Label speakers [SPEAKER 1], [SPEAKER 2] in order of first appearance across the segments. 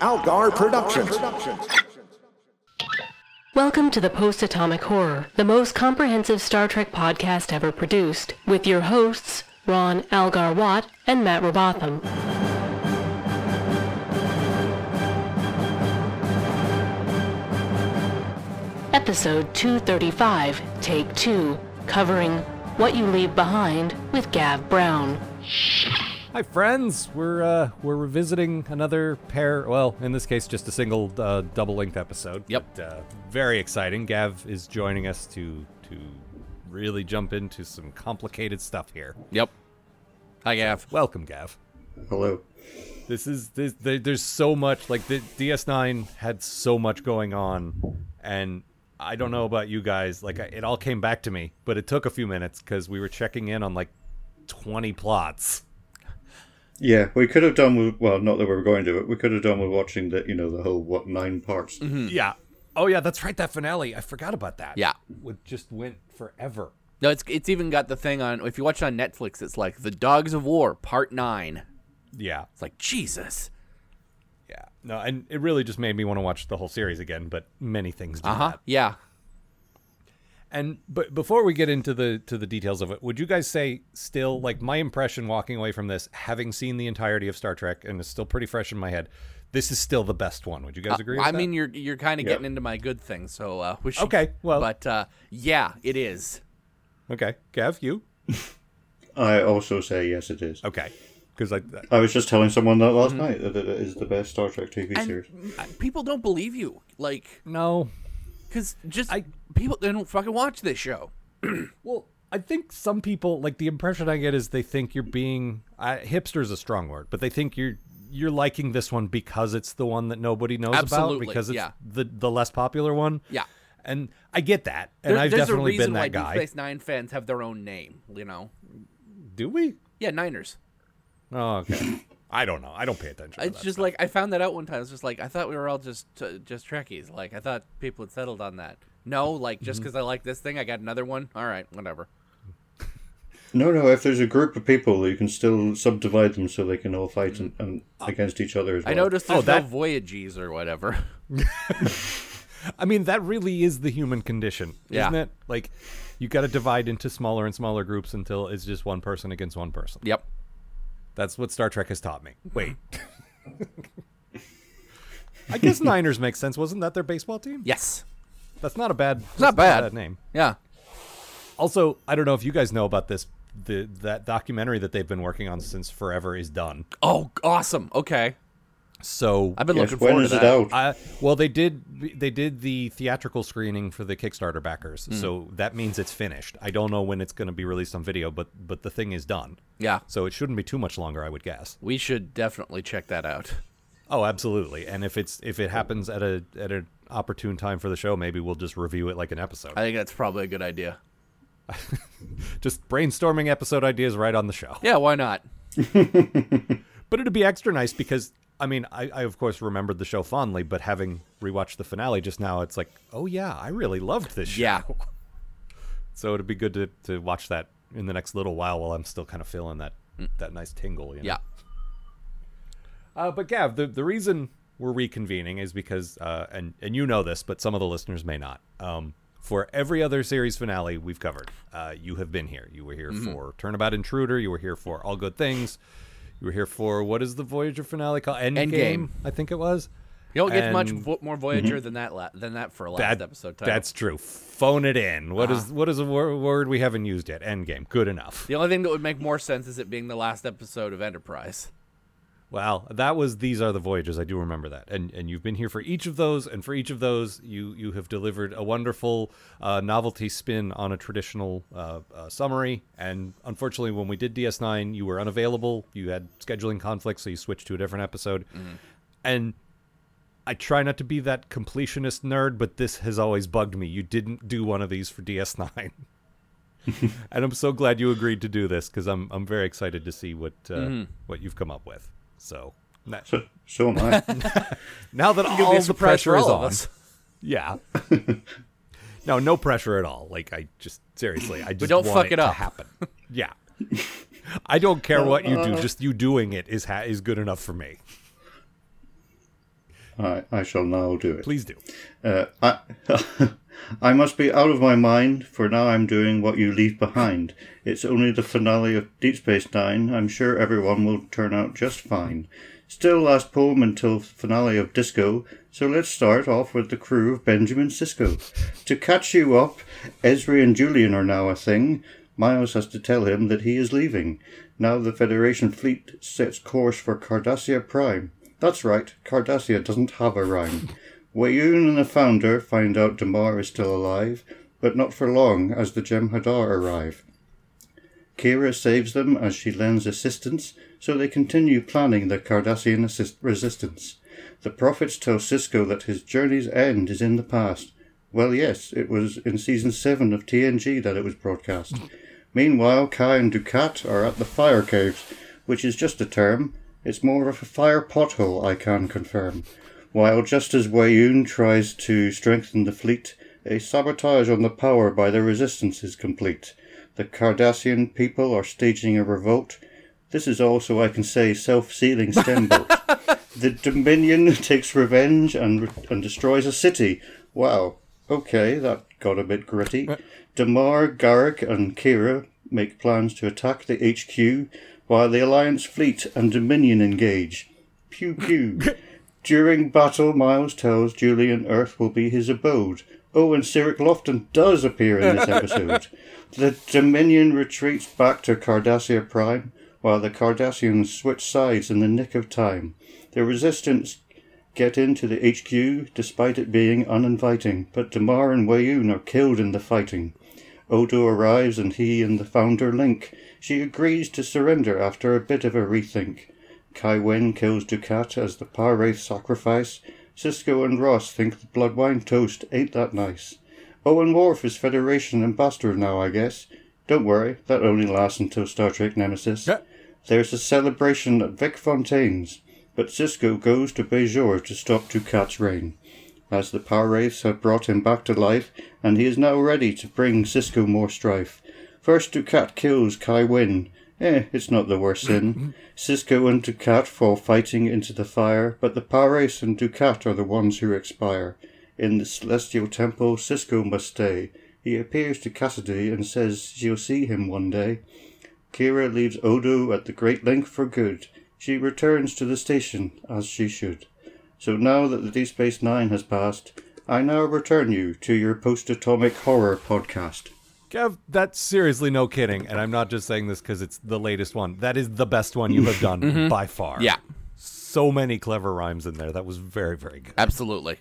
[SPEAKER 1] Algar Productions.
[SPEAKER 2] Welcome to the Post Atomic Horror, the most comprehensive Star Trek podcast ever produced, with your hosts, Ron Algar Watt and Matt Robotham. Episode 235, Take 2, covering What You Leave Behind with Gav Brown.
[SPEAKER 3] Hi, friends. We're uh, we're revisiting another pair. Well, in this case, just a single uh, double-length episode.
[SPEAKER 4] Yep.
[SPEAKER 3] But, uh, very exciting. Gav is joining us to to really jump into some complicated stuff here.
[SPEAKER 4] Yep. Hi, Gav.
[SPEAKER 3] Welcome, Gav.
[SPEAKER 5] Hello.
[SPEAKER 3] This is this. There, there's so much. Like the DS9 had so much going on, and I don't know about you guys. Like I, it all came back to me, but it took a few minutes because we were checking in on like 20 plots.
[SPEAKER 5] Yeah, we could have done with well, not that we were going to, but we could have done with watching the you know the whole what nine parts.
[SPEAKER 4] Mm-hmm.
[SPEAKER 3] Yeah. Oh yeah, that's right. That finale, I forgot about that.
[SPEAKER 4] Yeah.
[SPEAKER 3] it just went forever.
[SPEAKER 4] No, it's it's even got the thing on. If you watch it on Netflix, it's like The Dogs of War Part Nine.
[SPEAKER 3] Yeah,
[SPEAKER 4] It's like Jesus.
[SPEAKER 3] yeah. No, and it really just made me want to watch the whole series again. But many things do
[SPEAKER 4] Uh huh.
[SPEAKER 3] that.
[SPEAKER 4] Yeah.
[SPEAKER 3] And but before we get into the to the details of it, would you guys say still like my impression walking away from this, having seen the entirety of Star Trek, and it's still pretty fresh in my head, this is still the best one. Would you guys agree? With
[SPEAKER 4] Uh, I
[SPEAKER 3] that?
[SPEAKER 4] mean, you're you're kind of getting into my good thing, so uh, we should.
[SPEAKER 3] Okay, well-
[SPEAKER 4] but uh, yeah, it is.
[SPEAKER 3] okay, Gav, you
[SPEAKER 5] I also say yes, it is.
[SPEAKER 3] okay? Because I
[SPEAKER 5] I was just telling someone that last night that it is the best Star Trek TV
[SPEAKER 4] Mm-hmm. And
[SPEAKER 5] series.
[SPEAKER 4] uh, people don't believe you, like,
[SPEAKER 3] no,
[SPEAKER 4] because just
[SPEAKER 3] I-
[SPEAKER 4] people they don't fucking watch this show.
[SPEAKER 3] Well, I think some people like the impression I get is they think you're being uh, hipster is a strong word, but they think you're you're liking this one because it's the one that nobody knows
[SPEAKER 4] Absolutely,
[SPEAKER 3] about because it's
[SPEAKER 4] yeah.
[SPEAKER 3] the the less popular one.
[SPEAKER 4] Yeah.
[SPEAKER 3] And I get that, and
[SPEAKER 4] There-
[SPEAKER 3] I've
[SPEAKER 4] there's
[SPEAKER 3] definitely
[SPEAKER 4] a reason
[SPEAKER 3] been
[SPEAKER 4] why
[SPEAKER 3] that
[SPEAKER 4] Deep
[SPEAKER 3] guy.
[SPEAKER 4] Space Nine fans have their own name. You know.
[SPEAKER 3] Do we?
[SPEAKER 4] Yeah, Niners.
[SPEAKER 3] Oh, okay. I don't know. I don't pay
[SPEAKER 5] Oh,
[SPEAKER 3] attention. to
[SPEAKER 4] It's
[SPEAKER 3] that
[SPEAKER 4] just
[SPEAKER 3] stuff.
[SPEAKER 4] like I found that out one time. I was just like, I thought we were all just uh, just Trekkies. Like I thought people had settled on that. No, like just
[SPEAKER 5] Mm-hmm.
[SPEAKER 4] because I like this thing, I got another one. All right, whatever.
[SPEAKER 5] No, no. If there's a group of people, you can still subdivide them so they can all fight and, and against each other as well.
[SPEAKER 4] Mm-hmm. I noticed there's
[SPEAKER 3] Oh, that-
[SPEAKER 4] no voyages or whatever.
[SPEAKER 3] I mean, that really is the human condition,
[SPEAKER 4] Yeah.
[SPEAKER 3] isn't it? Like, you got to divide into smaller and smaller groups until it's just one person against one person.
[SPEAKER 4] yep.
[SPEAKER 3] That's what Star Trek has taught me. Wait. I guess Niners makes sense. Wasn't that their baseball team?
[SPEAKER 4] Yes.
[SPEAKER 3] That's not a bad. It's
[SPEAKER 4] not bad.
[SPEAKER 3] name.
[SPEAKER 4] Yeah.
[SPEAKER 3] Also, I don't know if you guys know about this. The that documentary that they've been working on since forever is done.
[SPEAKER 4] Oh, awesome. Okay.
[SPEAKER 3] So
[SPEAKER 4] I've been
[SPEAKER 5] Yes,
[SPEAKER 4] looking
[SPEAKER 5] when
[SPEAKER 4] forward
[SPEAKER 5] is
[SPEAKER 4] to
[SPEAKER 5] it
[SPEAKER 4] that.
[SPEAKER 5] out?
[SPEAKER 3] Uh, well, they did. They did the theatrical screening for the Kickstarter backers,
[SPEAKER 4] Hmm.
[SPEAKER 3] so that means it's finished. I don't know when it's going to be released on video, but but the thing is done.
[SPEAKER 4] Yeah.
[SPEAKER 3] So it shouldn't be too much longer, I would guess.
[SPEAKER 4] We should definitely check that out.
[SPEAKER 3] Oh, absolutely. And if it's if it happens at a at an opportune time for the show, maybe we'll just review it like an episode.
[SPEAKER 4] I think that's probably a good idea.
[SPEAKER 3] Just brainstorming episode ideas right on the show.
[SPEAKER 4] Yeah. Why not?
[SPEAKER 3] But it'd be extra nice because I mean, I, I of course remembered the show fondly, but having rewatched the finale just now, it's like, oh yeah, I really loved this show.
[SPEAKER 4] Yeah.
[SPEAKER 3] So it'd be good to, to watch that in the next little while while I'm still kind of feeling that that nice tingle. You know?
[SPEAKER 4] Yeah.
[SPEAKER 3] Uh, but Gav, the, the reason we're reconvening is because, uh, and and you know this, but some of the listeners may not. Um, for every other series finale we've covered, uh, you have been here. You were here
[SPEAKER 4] Mm-hmm.
[SPEAKER 3] for Turnabout Intruder. You were here for All Good Things. You were here for what is the Voyager finale called? Endgame,
[SPEAKER 4] Endgame.
[SPEAKER 3] I think it was.
[SPEAKER 4] You don't get much
[SPEAKER 3] And-
[SPEAKER 4] vo-
[SPEAKER 5] Mm-hmm.
[SPEAKER 4] more Voyager than that la- than that for a last
[SPEAKER 3] That-
[SPEAKER 4] episode title. Uh-huh.
[SPEAKER 3] That's true. Phone it in. What is what is a wor- word we haven't used yet? Endgame. Good enough.
[SPEAKER 4] the only thing that would make more sense is it being the last episode of Enterprise.
[SPEAKER 3] Wow, that was these are the voyages. I do remember that, and and you've been here for each of those, and for each of those, you you have delivered a wonderful uh, novelty spin on a traditional uh, uh, summary. And unfortunately, when we did DS9, you were unavailable. You had scheduling conflicts, so you switched to a different episode. And I try not to be that completionist nerd, but this has always bugged me. You didn't do one of these for DS9. and I'm so glad you agreed to do this because I'm I'm very excited to see what uh, what you've come up with. So na-
[SPEAKER 5] So, so am I.
[SPEAKER 3] now that
[SPEAKER 4] It'd be
[SPEAKER 3] all
[SPEAKER 4] a
[SPEAKER 3] the
[SPEAKER 4] surprise
[SPEAKER 3] pressure
[SPEAKER 4] for
[SPEAKER 3] is
[SPEAKER 4] all of
[SPEAKER 3] on,
[SPEAKER 4] us.
[SPEAKER 3] yeah. no, no pressure at all. Like I just seriously, I just
[SPEAKER 4] don't
[SPEAKER 3] want
[SPEAKER 4] fuck
[SPEAKER 3] it,
[SPEAKER 4] it up.
[SPEAKER 3] to happen. Yeah, I
[SPEAKER 4] Uh-huh.
[SPEAKER 3] don't care what you do. Just you doing it is ha- is good enough for me.
[SPEAKER 5] I, I shall now do it.
[SPEAKER 3] Please do.
[SPEAKER 5] Uh, I, I must be out of my mind, for now I'm doing what you leave behind. It's only the finale of Deep Space Nine. I'm sure everyone will turn out just fine. Still last poem until finale of Disco, so let's start off with the crew of Benjamin Cisco. To catch you up, Ezri and Julian are now a thing. Miles has to tell him that he is leaving. Now the Federation fleet sets course for Cardassia Prime. That's right, Cardassia doesn't have a rhyme. Wayoon and the founder find out Damar is still alive, but not for long as the Jem'Hadar arrive. Kira saves them as she lends assistance, so they continue planning the Cardassian assist- resistance. The prophets tell Cisco that his journey's end is in the past. Well, yes, it was in season 7 of TNG that it was broadcast. Meanwhile, Kai and Ducat are at the fire caves, which is just a term. It's more of a fire pothole, I can confirm. While just as Wayoon tries to strengthen the fleet, a sabotage on the power by the resistance is complete. The Cardassian people are staging a revolt. This is also, I can say, self-sealing stem bolt. the Dominion takes revenge and and destroys a city. Wow. Okay, that got a bit gritty. Damar, Garrick, and Kira make plans to attack the HQ, while the Alliance fleet and Dominion engage. Pew pew. During battle, Miles tells Julian Earth will be his abode. Oh, and Cyric Lofton does appear in this episode. the Dominion retreats back to Cardassia Prime, while the Cardassians switch sides in the nick of time. The Resistance get into the HQ despite it being uninviting, but Damar and Wayoon are killed in the fighting. Odo arrives and he and the founder link. She agrees to surrender after a bit of a rethink. Kai Wen kills Ducat as the Parwraith sacrifice. Cisco and Ross think the blood wine toast ain't that nice. Owen Worf is Federation ambassador now, I guess. Don't worry, that only lasts until Star Trek Nemesis.
[SPEAKER 3] Yeah.
[SPEAKER 5] There's a celebration at Vic Fontaine's, but Cisco goes to Bejor to stop Ducat's reign, as the Power Wraiths have brought him back to life, and he is now ready to bring Cisco more strife. First Ducat kills Kai Wynn. Eh, it's not the worst sin. Cisco and Ducat fall fighting into the fire, but the Pares and Ducat are the ones who expire. In the celestial temple, Cisco must stay. He appears to Cassidy and says she'll see him one day. Kira leaves Odo at the Great Link for good. She returns to the station as she should. So now that the Deep Space Nine has passed, I now return you to your post atomic horror podcast.
[SPEAKER 3] Kev, that's seriously no kidding. And I'm not just saying this because it's the latest one. That is the best one you have done by far.
[SPEAKER 4] Mm-hmm. Yeah.
[SPEAKER 3] So many clever rhymes in there. That was very, very good.
[SPEAKER 4] Absolutely.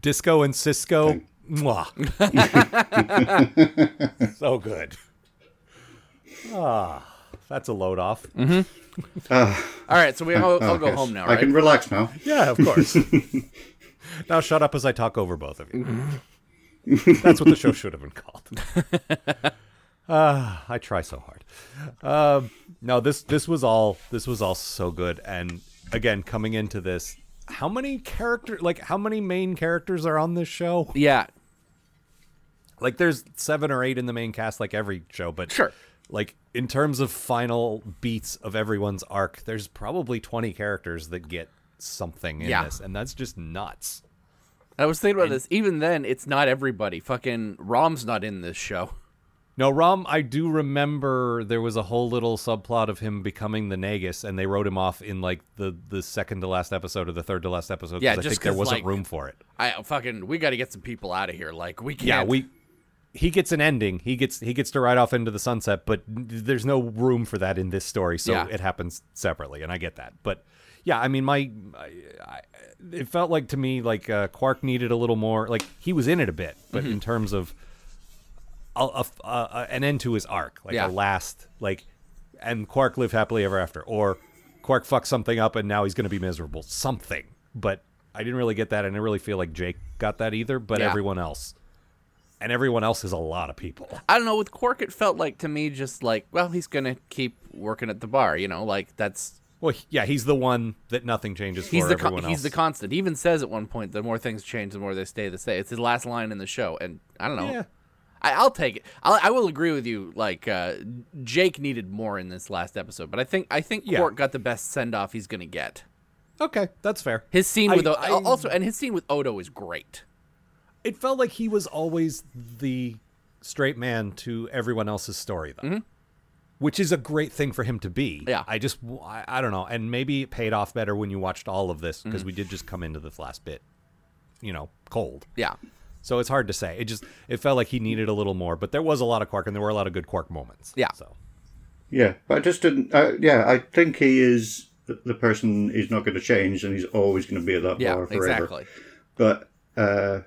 [SPEAKER 3] Disco and Cisco. Mwah. so good. Ah, that's a load off.
[SPEAKER 4] All right, so we I'll, I'll go
[SPEAKER 5] Yes,
[SPEAKER 4] home now,
[SPEAKER 5] I
[SPEAKER 4] right?
[SPEAKER 5] can relax now.
[SPEAKER 3] Yeah, of course. now shut up as I talk over both of you. That's what the show should have been called. Ah, I try so hard. Um, no, this this was all this was all so good. And again, coming into this, how many character like how many main characters are on this show?
[SPEAKER 4] Yeah.
[SPEAKER 3] Like there's seven or eight in the main cast, like every show, but
[SPEAKER 4] Sure.
[SPEAKER 3] Like in terms of final beats of everyone's arc, there's probably 20 characters that get something in
[SPEAKER 4] Yeah.
[SPEAKER 3] this, and that's just nuts.
[SPEAKER 4] I was thinking about this. Even then, it's not everybody. Fucking Rom's not in this show.
[SPEAKER 3] No, Rom, I do remember there was a whole little subplot of him becoming the Nagus, and they wrote him off in like the the second to last episode or the third to last episode. 'cause
[SPEAKER 4] Yeah,
[SPEAKER 3] I
[SPEAKER 4] just
[SPEAKER 3] think there
[SPEAKER 4] 'cause,
[SPEAKER 3] wasn't
[SPEAKER 4] like-
[SPEAKER 3] room for it.
[SPEAKER 4] I fucking we got to get some people out of here. Like we can't.
[SPEAKER 3] Yeah, we he gets an ending. He gets he gets to ride off into the sunset, but n- there's no room for that in this story, so
[SPEAKER 4] Yeah.
[SPEAKER 3] it happens separately, and I get that. But yeah, I mean, my I, I, it felt like to me like uh, Quark needed a little more. Like he was in it a bit, but
[SPEAKER 4] Mm-hmm.
[SPEAKER 3] in terms of a, a, a, a- an end to his arc, like
[SPEAKER 4] Yeah.
[SPEAKER 3] a last like, and Quark live happily ever after, or Quark fucks something up and now he's going to be miserable. Something, but I didn't really get that, and I really feel like Jake got that either. But
[SPEAKER 4] Yeah.
[SPEAKER 3] everyone else, and everyone else is a lot of people.
[SPEAKER 4] I don't know. With Quark, it felt like to me just like, well, he's gonna keep working at the bar. You know, like that's
[SPEAKER 3] Well, he- yeah, he's the one that nothing changes
[SPEAKER 4] he's
[SPEAKER 3] for
[SPEAKER 4] the
[SPEAKER 3] everyone
[SPEAKER 4] con-
[SPEAKER 3] else.
[SPEAKER 4] he's the constant. He even says at one point, the more things change, the more they stay the same. It's his last line in the show, and I don't know.
[SPEAKER 3] Yeah.
[SPEAKER 4] I, I'll take it. I'll, I will agree with you. Like uh, Jake needed more in this last episode, but I think I think
[SPEAKER 3] Yeah.
[SPEAKER 4] Quark got the best send off he's gonna get.
[SPEAKER 3] Okay, that's fair.
[SPEAKER 4] His scene
[SPEAKER 3] I-
[SPEAKER 4] with o-
[SPEAKER 3] I-
[SPEAKER 4] also, and his scene with Odo is great.
[SPEAKER 3] It felt like he was always the straight man to everyone else's story, though. Which is a great thing for him to be.
[SPEAKER 4] Mm-hmm. Yeah.
[SPEAKER 3] I just, I, I don't know. And maybe it paid off better when you watched all of this
[SPEAKER 4] Mm-hmm.
[SPEAKER 3] because we did just come into this last bit, you know, cold.
[SPEAKER 4] Yeah,
[SPEAKER 3] So it's hard to say. It just, it felt like he needed a little more, but there was a lot of Quark and there were a lot of good Quark moments.
[SPEAKER 4] Yeah.
[SPEAKER 3] So,
[SPEAKER 5] Yeah, but I just didn't. Uh, yeah, I think he is the, the person. He's not going to change, and he's always going to be at that
[SPEAKER 4] yeah,
[SPEAKER 5] bar forever.
[SPEAKER 4] exactly.
[SPEAKER 5] But uh,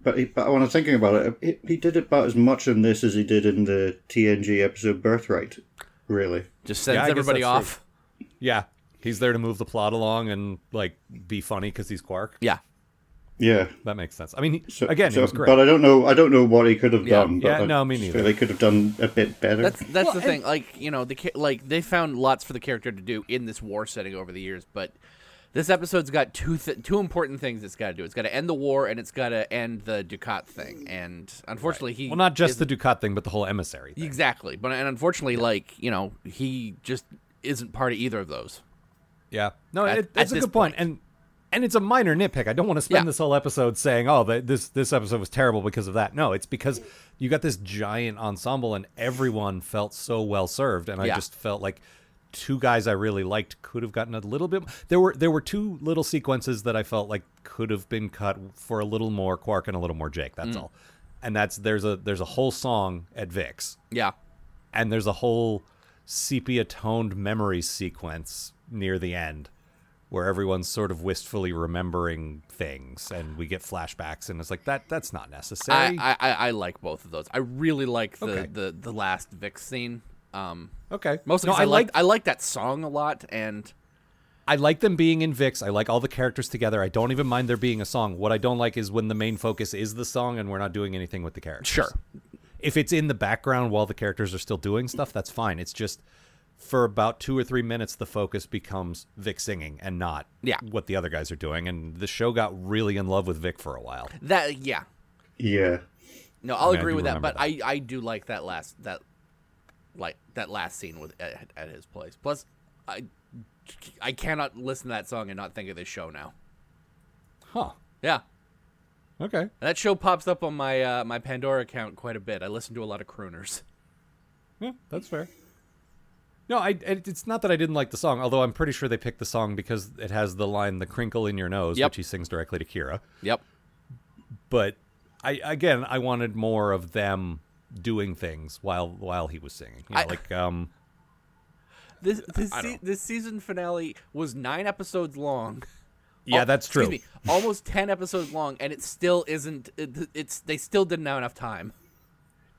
[SPEAKER 5] but, he, but when I'm thinking about it, he, he did about as much in this as he did in the TNG episode Birthright. Really,
[SPEAKER 4] Just sends
[SPEAKER 3] Yeah, I guess
[SPEAKER 4] everybody
[SPEAKER 3] that's
[SPEAKER 4] off.
[SPEAKER 3] yeah. He's there to move the plot along and, like, be funny because he's Quark.
[SPEAKER 4] Yeah,
[SPEAKER 5] yeah.
[SPEAKER 3] That makes sense. I mean, he-
[SPEAKER 5] So,
[SPEAKER 3] again,
[SPEAKER 5] so-
[SPEAKER 3] it was great.
[SPEAKER 5] But uh, I don't know. I don't know what he could have
[SPEAKER 4] Yeah.
[SPEAKER 5] done.
[SPEAKER 3] Yeah,
[SPEAKER 5] but I
[SPEAKER 3] no, me
[SPEAKER 5] just
[SPEAKER 3] neither.
[SPEAKER 5] feel They could have done a bit better.
[SPEAKER 4] that's that's
[SPEAKER 3] Well,
[SPEAKER 4] the
[SPEAKER 3] and-
[SPEAKER 4] thing. Like you know, the cha- like they found lots for the character to do in this war setting over the years, but this episode's got two th- two important things it's got to do. It's got to end the war, and it's got to end the Ducat thing. And unfortunately, he
[SPEAKER 3] well, not just
[SPEAKER 4] isn't-
[SPEAKER 3] the Ducat thing, but the whole emissary thing.
[SPEAKER 4] exactly, but and unfortunately, like you know, he just isn't part of either of those.
[SPEAKER 3] Yeah. No,
[SPEAKER 4] At-
[SPEAKER 3] it, that's
[SPEAKER 4] at
[SPEAKER 3] a
[SPEAKER 4] this
[SPEAKER 3] good point.
[SPEAKER 4] point.
[SPEAKER 3] And and it's a minor nitpick. I don't want to spend
[SPEAKER 4] Yeah.
[SPEAKER 3] this whole episode saying, "Oh, th- this this episode was terrible because of that." No, it's because you got this giant ensemble and everyone felt so well served and I
[SPEAKER 4] Yeah.
[SPEAKER 3] just felt like two guys I really liked could have gotten a little bit There were there were two little sequences that I felt like could have been cut for a little more Quark and a little more Jake,
[SPEAKER 4] Mm.
[SPEAKER 3] that's all. And that's there's a there's a whole song at Vix
[SPEAKER 4] Yeah,
[SPEAKER 3] and there's a whole sepia toned memory sequence near the end where everyone's sort of wistfully remembering things and we get flashbacks and it's like that that's not
[SPEAKER 4] I,
[SPEAKER 3] necessary
[SPEAKER 4] I I I like both of those. I really like the
[SPEAKER 3] Okay.
[SPEAKER 4] the the last Vix scene. Um,
[SPEAKER 3] okay
[SPEAKER 4] mostly
[SPEAKER 3] no,
[SPEAKER 4] 'cause
[SPEAKER 3] i
[SPEAKER 4] I like
[SPEAKER 3] like
[SPEAKER 4] I like that song a lot, and
[SPEAKER 3] i like them being in vix i like all the characters together i don't even mind there being a song what i don't like is when the main focus is the song and we're not doing anything with the characters
[SPEAKER 4] sure,
[SPEAKER 3] if it's in the background while the characters are still doing stuff, that's fine. It's just for about two or three minutes, the focus becomes Vic singing and not
[SPEAKER 4] Yeah.
[SPEAKER 3] what the other guys are doing. And the show got really in love with Vic for a while.
[SPEAKER 4] that yeah,
[SPEAKER 5] yeah.
[SPEAKER 4] No,
[SPEAKER 3] I
[SPEAKER 4] I'll
[SPEAKER 3] mean, I
[SPEAKER 4] agree
[SPEAKER 3] do
[SPEAKER 4] with that,
[SPEAKER 3] remember
[SPEAKER 4] but I I do like that last that like that last scene with at, at his place. Plus, I I cannot listen to that song and not think of this show now.
[SPEAKER 3] Huh.
[SPEAKER 4] Yeah,
[SPEAKER 3] Okay.
[SPEAKER 4] that show pops up on my uh, my Pandora account quite a bit. I listen to a lot of crooners.
[SPEAKER 3] Yeah, that's fair. No, I. it- It's not that I didn't like the song, although I'm pretty sure they picked the song because it has the line "the crinkle in your nose,"
[SPEAKER 4] Yep.
[SPEAKER 3] which he sings directly to Kira.
[SPEAKER 4] Yep.
[SPEAKER 3] But I again, I wanted more of them doing things while while he was singing. You know,
[SPEAKER 4] I-
[SPEAKER 3] like um,
[SPEAKER 4] This this
[SPEAKER 3] I
[SPEAKER 4] se-
[SPEAKER 3] don't-
[SPEAKER 4] this season finale was nine episodes long.
[SPEAKER 3] yeah,
[SPEAKER 4] Al-
[SPEAKER 3] that's true.
[SPEAKER 4] Oh, Excuse me, almost ten episodes long, and it still isn't. It, it's they still didn't have enough time.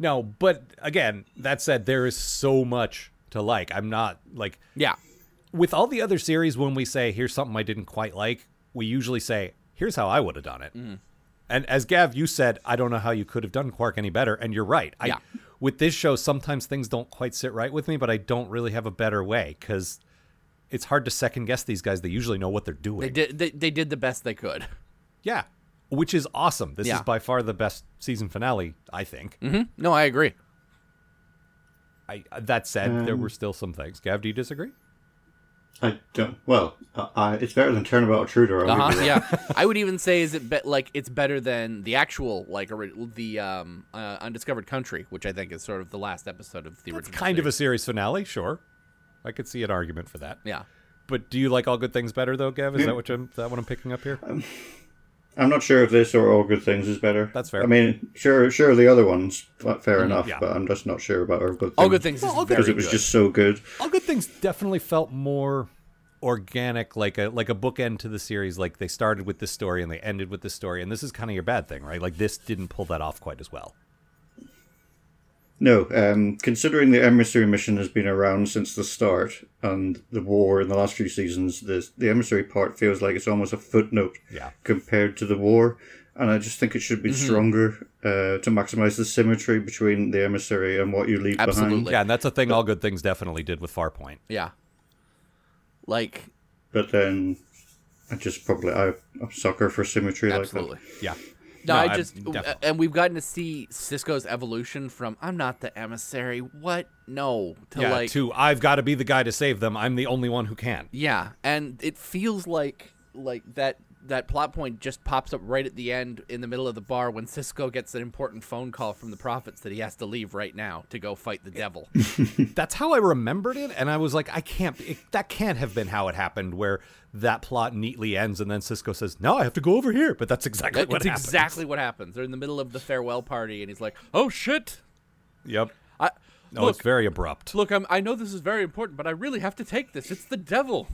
[SPEAKER 3] No, but again, that said, there is so much to like. I'm not like
[SPEAKER 4] Yeah.
[SPEAKER 3] with all the other series when we say here's something I didn't quite like, we usually say here's how I would have done it.
[SPEAKER 4] Mm.
[SPEAKER 3] And as Gav, you said, I don't know how you could have done Quark any better, and you're right. I,
[SPEAKER 4] Yeah.
[SPEAKER 3] With this show, sometimes things don't quite sit right with me, but I don't really have a better way because it's hard to second guess these guys. They usually know what they're doing.
[SPEAKER 4] They did. They, they did the best they could.
[SPEAKER 3] Yeah, which is awesome. This
[SPEAKER 4] Yeah. Mm-hmm.
[SPEAKER 3] is by far the best season finale, I think.
[SPEAKER 4] No, I agree.
[SPEAKER 3] I, that said, there were still some things. Gav, do you disagree?
[SPEAKER 5] I don't. Well, I, I, it's better than Turnabout Intruder. I'll
[SPEAKER 4] Uh-huh,
[SPEAKER 5] give you that.
[SPEAKER 4] yeah, I would even say is it be- like it's better than the actual like ori- the um, uh, undiscovered country, which I think is sort of the last episode of the
[SPEAKER 3] It's
[SPEAKER 4] original.
[SPEAKER 3] kind of a series finale, sure. I could see an argument for that.
[SPEAKER 4] yeah.
[SPEAKER 3] But do you like all good things better though, Gav? Is that what I'm is that what I'm picking up here?
[SPEAKER 5] I'm not sure if this or All Good Things is better.
[SPEAKER 3] That's fair.
[SPEAKER 5] I mean, sure, sure the other ones, fa- fair enough.
[SPEAKER 3] yeah.
[SPEAKER 5] But I'm just not sure about All Good Things.
[SPEAKER 4] Mm-hmm, All good things is
[SPEAKER 3] Well, All Good
[SPEAKER 4] very
[SPEAKER 5] because
[SPEAKER 4] good.
[SPEAKER 5] it was just so good.
[SPEAKER 3] All good things definitely felt more organic, like a like a bookend to the series. Like they started with this story and they ended with this story, and this is kind of your bad thing, right? Like this didn't pull that off quite as well.
[SPEAKER 5] No, um, considering the emissary mission has been around since the start and the war in the last few seasons, this, the emissary part feels like it's almost a footnote
[SPEAKER 3] Yeah.
[SPEAKER 5] compared to the war. And I just think it should be
[SPEAKER 4] Mm-hmm.
[SPEAKER 5] stronger uh, to maximize the symmetry between the emissary and what you leave
[SPEAKER 4] Absolutely.
[SPEAKER 5] behind.
[SPEAKER 3] Yeah, and that's a thing all good things definitely did with Farpoint.
[SPEAKER 4] yeah, like
[SPEAKER 5] But then I just probably I, I'm a sucker for symmetry
[SPEAKER 4] absolutely.
[SPEAKER 5] like
[SPEAKER 3] Yeah.
[SPEAKER 4] No,
[SPEAKER 3] No,
[SPEAKER 4] I
[SPEAKER 3] I'm
[SPEAKER 4] just
[SPEAKER 3] definitely-
[SPEAKER 4] and we've gotten to see Cisco's evolution from I'm not the emissary. What? No. To
[SPEAKER 3] yeah,
[SPEAKER 4] like
[SPEAKER 3] to I've got to be the guy to save them. I'm the only one who can.
[SPEAKER 4] Yeah, and it feels like like that that plot point just pops up right at the end in the middle of the bar when Cisco gets an important phone call from the prophets that he has to leave right now to go fight the devil.
[SPEAKER 3] That's how I remembered it, and I was like, I can't. It, that can't have been how it happened, where that plot neatly ends, and then Cisco says, "No, I have to go over here." But that's exactly
[SPEAKER 4] That's
[SPEAKER 3] what happens.
[SPEAKER 4] exactly what happens. They're in the middle of the farewell party and he's like, "Oh shit."
[SPEAKER 3] Yep.
[SPEAKER 4] I
[SPEAKER 3] No,
[SPEAKER 4] look,
[SPEAKER 3] it's very abrupt.
[SPEAKER 4] look, I'm, I know this is very important, but I really have to take this. It's the devil.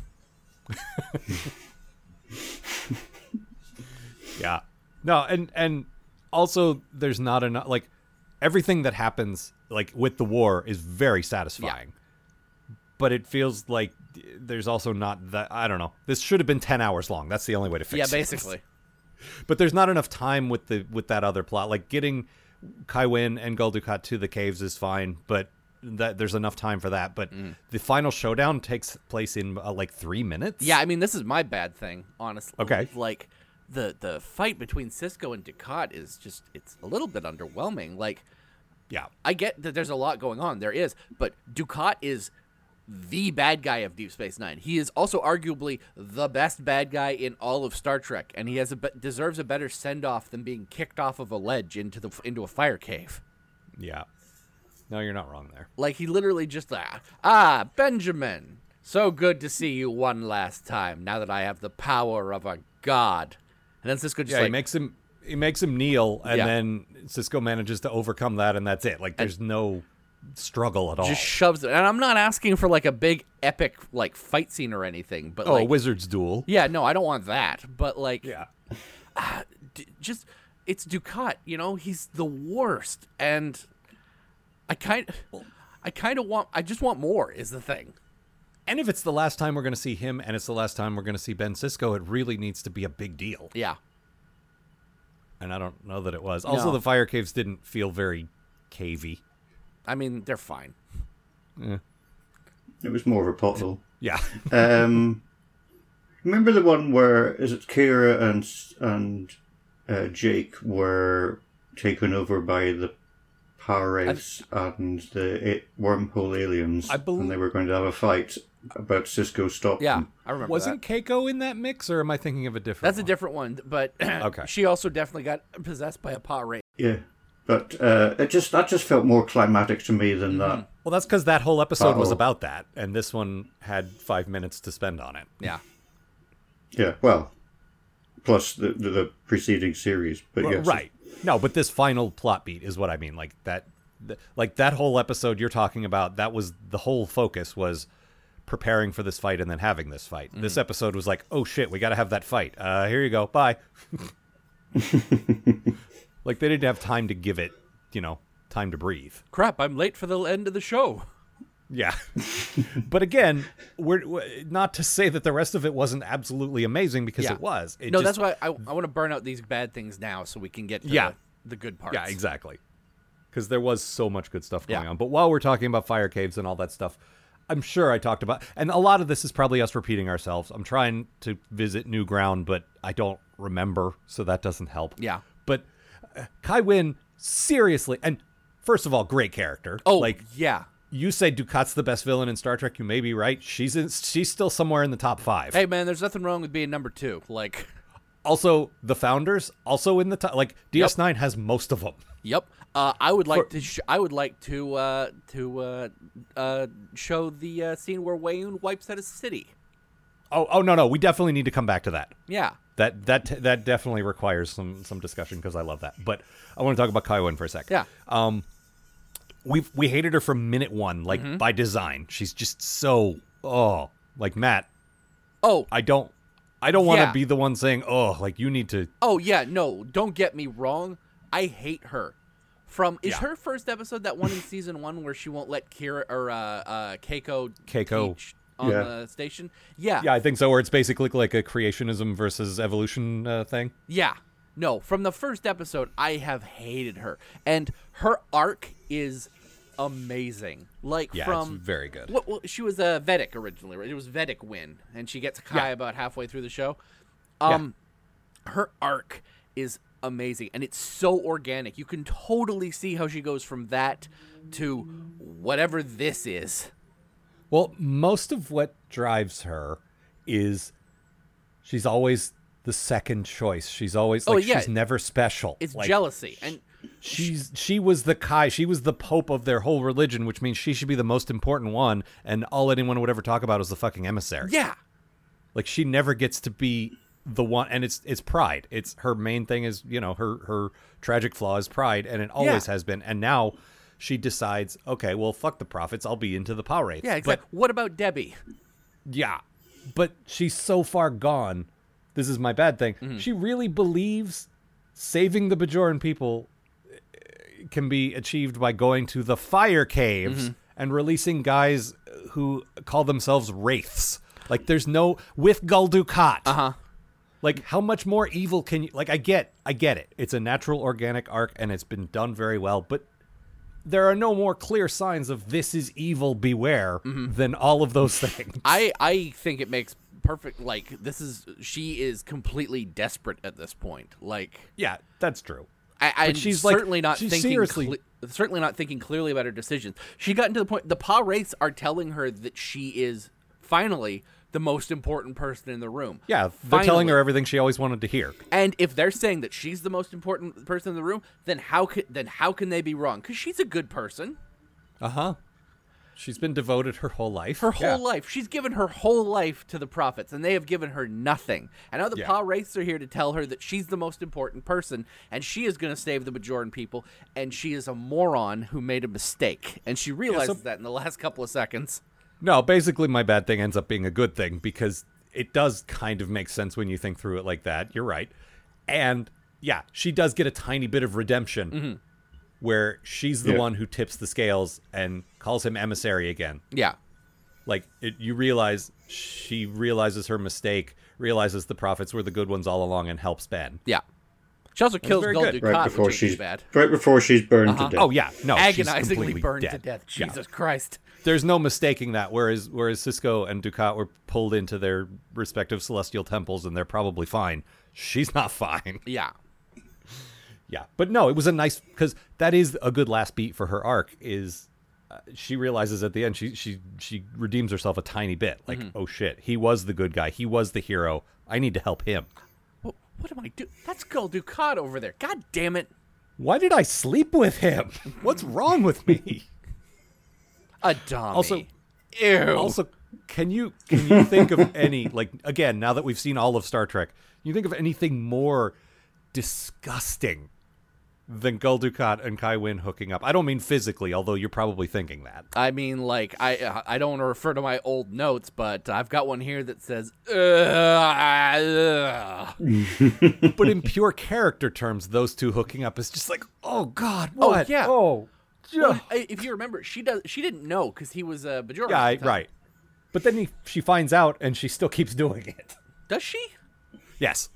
[SPEAKER 3] Yeah. No, and and also there's not enough like everything that happens like with the war is very satisfying. But it feels like there's also not that I don't know. This should have been 10 hours long. That's the only way to fix
[SPEAKER 4] Yeah,
[SPEAKER 3] it.
[SPEAKER 4] basically.
[SPEAKER 3] but there's not enough time with the with that other plot. Like getting Kai Wynn and Gul Dukat to the caves is fine, but that there's enough time for that. But
[SPEAKER 4] Mm.
[SPEAKER 3] the final showdown takes place in uh, like 3 minutes.
[SPEAKER 4] Yeah, I mean, this is my bad thing, honestly.
[SPEAKER 3] Okay.
[SPEAKER 4] Like the the fight between Cisco and Ducat is just it's a little bit underwhelming. Like
[SPEAKER 3] Yeah.
[SPEAKER 4] I get that there's a lot going on, there is, but Ducat is the bad guy of Deep Space 9. He is also arguably the best bad guy in all of Star Trek and he has a be- deserves a better send-off than being kicked off of a ledge into the into a fire cave.
[SPEAKER 3] Yeah. No, you're not wrong there.
[SPEAKER 4] Like he literally just like, ah, Benjamin, so good to see you one last time. Now that I have the power of a god, and then Cisco just
[SPEAKER 3] Yeah, he
[SPEAKER 4] like
[SPEAKER 3] makes him he makes him kneel, and
[SPEAKER 4] Yeah.
[SPEAKER 3] then Cisco manages to overcome that, and that's it. Like there's no struggle at all.
[SPEAKER 4] just shoves it. And I'm not asking for like a big epic like fight scene or anything, but
[SPEAKER 3] oh, a
[SPEAKER 4] like,
[SPEAKER 3] wizard's duel.
[SPEAKER 4] yeah, no, I don't want that. But like, ah,
[SPEAKER 3] Yeah.
[SPEAKER 4] d- just it's Ducat. You know, he's the worst, and I kind, I kind of want, I just want more. Is the thing.
[SPEAKER 3] And if it's the last time we're going to see him, and it's the last time we're going to see Ben Cisco, it really needs to be a big deal.
[SPEAKER 4] Yeah.
[SPEAKER 3] And I don't know that it was. Also,
[SPEAKER 4] No.
[SPEAKER 3] the fire caves didn't feel very cavey.
[SPEAKER 4] I mean, they're fine.
[SPEAKER 5] It was more of a pothole.
[SPEAKER 3] Yeah.
[SPEAKER 5] Um, remember the one where is it Kira and S- and uh, Jake were taken over by the Pares and the a- wormhole aliens,
[SPEAKER 3] I bel-
[SPEAKER 5] and they were going to have a fight, but Cisco stopped.
[SPEAKER 4] Yeah,
[SPEAKER 5] them.
[SPEAKER 4] I remember. that.
[SPEAKER 3] Wasn't Keiko in that mix, or am I thinking of a different?
[SPEAKER 4] That's a
[SPEAKER 3] one?
[SPEAKER 4] different one, but
[SPEAKER 3] Okay.
[SPEAKER 4] she also definitely got possessed by a pot rape.
[SPEAKER 5] yeah. But uh, it just that just felt more climatic to me
[SPEAKER 3] Mm-hmm.
[SPEAKER 5] than that.
[SPEAKER 3] Well, that's because that whole episode was
[SPEAKER 4] Oh.
[SPEAKER 5] Uh-oh.
[SPEAKER 3] about that, and this one had five minutes to spend on it.
[SPEAKER 4] Yeah.
[SPEAKER 5] Yeah, well, plus the the, the preceding series, but
[SPEAKER 3] Well,
[SPEAKER 5] yes,
[SPEAKER 3] Right. No, but this final plot beat is what I mean. Like that, th- like that whole episode you're talking about. That was the whole focus was preparing for this fight and then having this fight.
[SPEAKER 4] Mm-hmm.
[SPEAKER 3] This episode was like, oh shit, we got to have that fight. Uh, here you go. Bye. like they didn't have time to give it, you know, time to breathe.
[SPEAKER 4] Crap, I'm late for the end of the show.
[SPEAKER 3] Yeah. but again, we're, we not to say that the rest of it wasn't absolutely amazing because
[SPEAKER 4] Yeah.
[SPEAKER 3] it was. It
[SPEAKER 4] no,
[SPEAKER 3] just-
[SPEAKER 4] that's why I, I want to burn out these bad things now so we can get to
[SPEAKER 3] Yeah.
[SPEAKER 4] the, the good parts.
[SPEAKER 3] Yeah, exactly. Because there was so much good stuff going
[SPEAKER 4] Yeah.
[SPEAKER 3] on. But while we're talking about fire caves and all that stuff, I'm sure I talked about, and a lot of this is probably us repeating ourselves. I'm trying to visit new ground, but I don't remember, so that doesn't help.
[SPEAKER 4] Yeah.
[SPEAKER 3] But uh, Kai Wynn, seriously, and first of all, great character.
[SPEAKER 4] Oh,
[SPEAKER 3] like
[SPEAKER 4] yeah.
[SPEAKER 3] you say, Ducat's the best villain in Star Trek. You may be right. She's in, she's still somewhere in the top five.
[SPEAKER 4] Hey, man, there's nothing wrong with being number two. Like,
[SPEAKER 3] Also, the founders also in the top. Like DS9 has most of them.
[SPEAKER 4] yep. Uh, I would like to. Sh- I would like to uh, to uh, uh, show the uh, scene where Wayoon wipes out a city.
[SPEAKER 3] Oh, oh no, no, we definitely need to come back to that.
[SPEAKER 4] Yeah.
[SPEAKER 3] That that that definitely requires some some discussion because I love that. But I want to talk about Kaiwen for a second.
[SPEAKER 4] Yeah.
[SPEAKER 3] Um, we we hated her from minute one, like
[SPEAKER 4] Mm-hmm.
[SPEAKER 3] by design. She's just so oh, like Matt.
[SPEAKER 4] Oh.
[SPEAKER 3] I don't I don't want to
[SPEAKER 4] Yeah.
[SPEAKER 3] be the one saying oh, like you need to.
[SPEAKER 4] Oh yeah, no, don't get me wrong. I hate her. From is
[SPEAKER 3] Yeah.
[SPEAKER 4] her first episode that one in season one where she won't let Kira or uh, uh, Keiko
[SPEAKER 3] Keiko.
[SPEAKER 4] teach on
[SPEAKER 5] Yeah.
[SPEAKER 4] the station? Yeah,
[SPEAKER 3] Yeah,
[SPEAKER 4] yeah,
[SPEAKER 3] I think so. Or it's basically like a creationism versus evolution uh, thing.
[SPEAKER 4] No, from the first episode, I have hated her, and her arc is amazing. Like
[SPEAKER 3] Yeah,
[SPEAKER 4] from
[SPEAKER 3] it's very good.
[SPEAKER 4] What, well, she was a Vedic originally, right? It was Vedic Win, and she gets Kai about halfway through the show. Um, her arc is amazing, and it's so organic. You can totally see how she goes from that to whatever this is.
[SPEAKER 3] Well, most of what drives her is she's always the second choice. She's always
[SPEAKER 4] Oh,
[SPEAKER 3] like
[SPEAKER 4] yeah.
[SPEAKER 3] she's never special.
[SPEAKER 4] It's
[SPEAKER 3] Like,
[SPEAKER 4] jealousy, and
[SPEAKER 3] She's she was the Kai, she was the pope of their whole religion, which means she should be the most important one, and all anyone would ever talk about is the fucking emissary.
[SPEAKER 4] yeah,
[SPEAKER 3] Like she never gets to be the one and it's it's pride. It's her main thing is, you know, her her tragic flaw is pride and it always
[SPEAKER 4] Yeah.
[SPEAKER 3] has been. And now she decides, okay, well fuck the prophets, I'll be into the power rates.
[SPEAKER 4] yeah,
[SPEAKER 3] But-
[SPEAKER 4] exactly. what about Debbie?
[SPEAKER 3] yeah. But she's so far gone. This is my bad thing. She really believes saving the Bajoran people eh, can be achieved by going to the fire caves and releasing guys who call themselves wraiths. Like there's no with Gul Dukat. Uh-huh. Like how much more evil can you like I get I get it. It's a natural organic arc and it's been done very well, but there are no more clear signs of this is evil beware than all of those things.
[SPEAKER 4] I I think it makes perfect. Like this is she is completely desperate at this point. Like
[SPEAKER 3] Yeah, that's true.
[SPEAKER 4] I, I
[SPEAKER 3] But she's,
[SPEAKER 4] she's
[SPEAKER 3] like-
[SPEAKER 4] certainly not
[SPEAKER 3] she's
[SPEAKER 4] thinking
[SPEAKER 3] seriously-
[SPEAKER 4] cle- certainly not thinking clearly about her decisions. She got into the point the Pa Wraiths are telling her that she is finally the most important person in the room.
[SPEAKER 3] Yeah, they're telling
[SPEAKER 4] Finally.
[SPEAKER 3] her everything she always wanted to hear.
[SPEAKER 4] And if they're saying that she's the most important person in the room, then how can then how can they be wrong? Because she's a good person.
[SPEAKER 3] Uh huh. She's been devoted her whole life.
[SPEAKER 4] Her whole life, she's given her whole life to the prophets, and they have given her nothing. And now the
[SPEAKER 3] Yeah.
[SPEAKER 4] Pa Wraiths are here to tell her that she's the most important person, and she is going to save the Bajoran people, and she is a moron who made a mistake, and she realizes that in the last couple of seconds.
[SPEAKER 3] No, basically, my bad thing ends up being a good thing because it does kind of make sense when you think through it like that. You're right. And yeah, she does get a tiny bit of redemption
[SPEAKER 4] Mm-hmm.
[SPEAKER 3] where she's the
[SPEAKER 5] Yeah.
[SPEAKER 3] one who tips the scales and calls him emissary again.
[SPEAKER 4] Yeah,
[SPEAKER 3] like it, you realize she realizes her mistake realizes the prophets were the good ones all along and helps ben
[SPEAKER 4] yeah. She also kills
[SPEAKER 3] very
[SPEAKER 4] Gul
[SPEAKER 3] good.
[SPEAKER 4] Dukat,
[SPEAKER 5] right before
[SPEAKER 4] which ain't
[SPEAKER 5] she's
[SPEAKER 4] too bad.
[SPEAKER 5] right before she's burned to death.
[SPEAKER 3] oh yeah no she's
[SPEAKER 4] Agonizingly
[SPEAKER 3] completely
[SPEAKER 4] burned
[SPEAKER 3] dead.
[SPEAKER 4] to death.
[SPEAKER 3] Yeah.
[SPEAKER 4] Jesus Christ.
[SPEAKER 3] there's no mistaking that whereas whereas cisco and ducat were pulled into their respective celestial temples and they're probably fine she's not fine
[SPEAKER 4] Yeah.
[SPEAKER 3] yeah but no it was a nice because that is a good last beat for her arc is uh, she realizes at the end she she she redeems herself a tiny bit like oh shit he was the good guy he was the hero i need to help him
[SPEAKER 4] What, what am I doing? That's Gul Dukat over there. God damn it.
[SPEAKER 3] Why did I sleep with him? What's wrong with me?
[SPEAKER 4] Adami.
[SPEAKER 3] Also-
[SPEAKER 4] ew.
[SPEAKER 3] also, can you can you think of any like again, now that we've seen all of Star Trek, can you think of anything more disgusting than Gul Dukat and Kai Wynn hooking up? I don't mean physically, although you're probably thinking that.
[SPEAKER 4] I mean, like, I I don't want to refer to my old notes, but I've got one here that says, "Ugh, ugh."
[SPEAKER 3] But in pure character terms, those two hooking up is just like, oh God,
[SPEAKER 4] Oh,
[SPEAKER 3] what?
[SPEAKER 4] yeah.
[SPEAKER 3] Oh, yeah.
[SPEAKER 4] I- if you remember, she does. She didn't know because he was a Bajoran.
[SPEAKER 3] yeah,
[SPEAKER 4] at
[SPEAKER 3] I-
[SPEAKER 4] the time.
[SPEAKER 3] right. But then he, she finds out, and she still keeps doing it.
[SPEAKER 4] Does she?
[SPEAKER 3] Yes.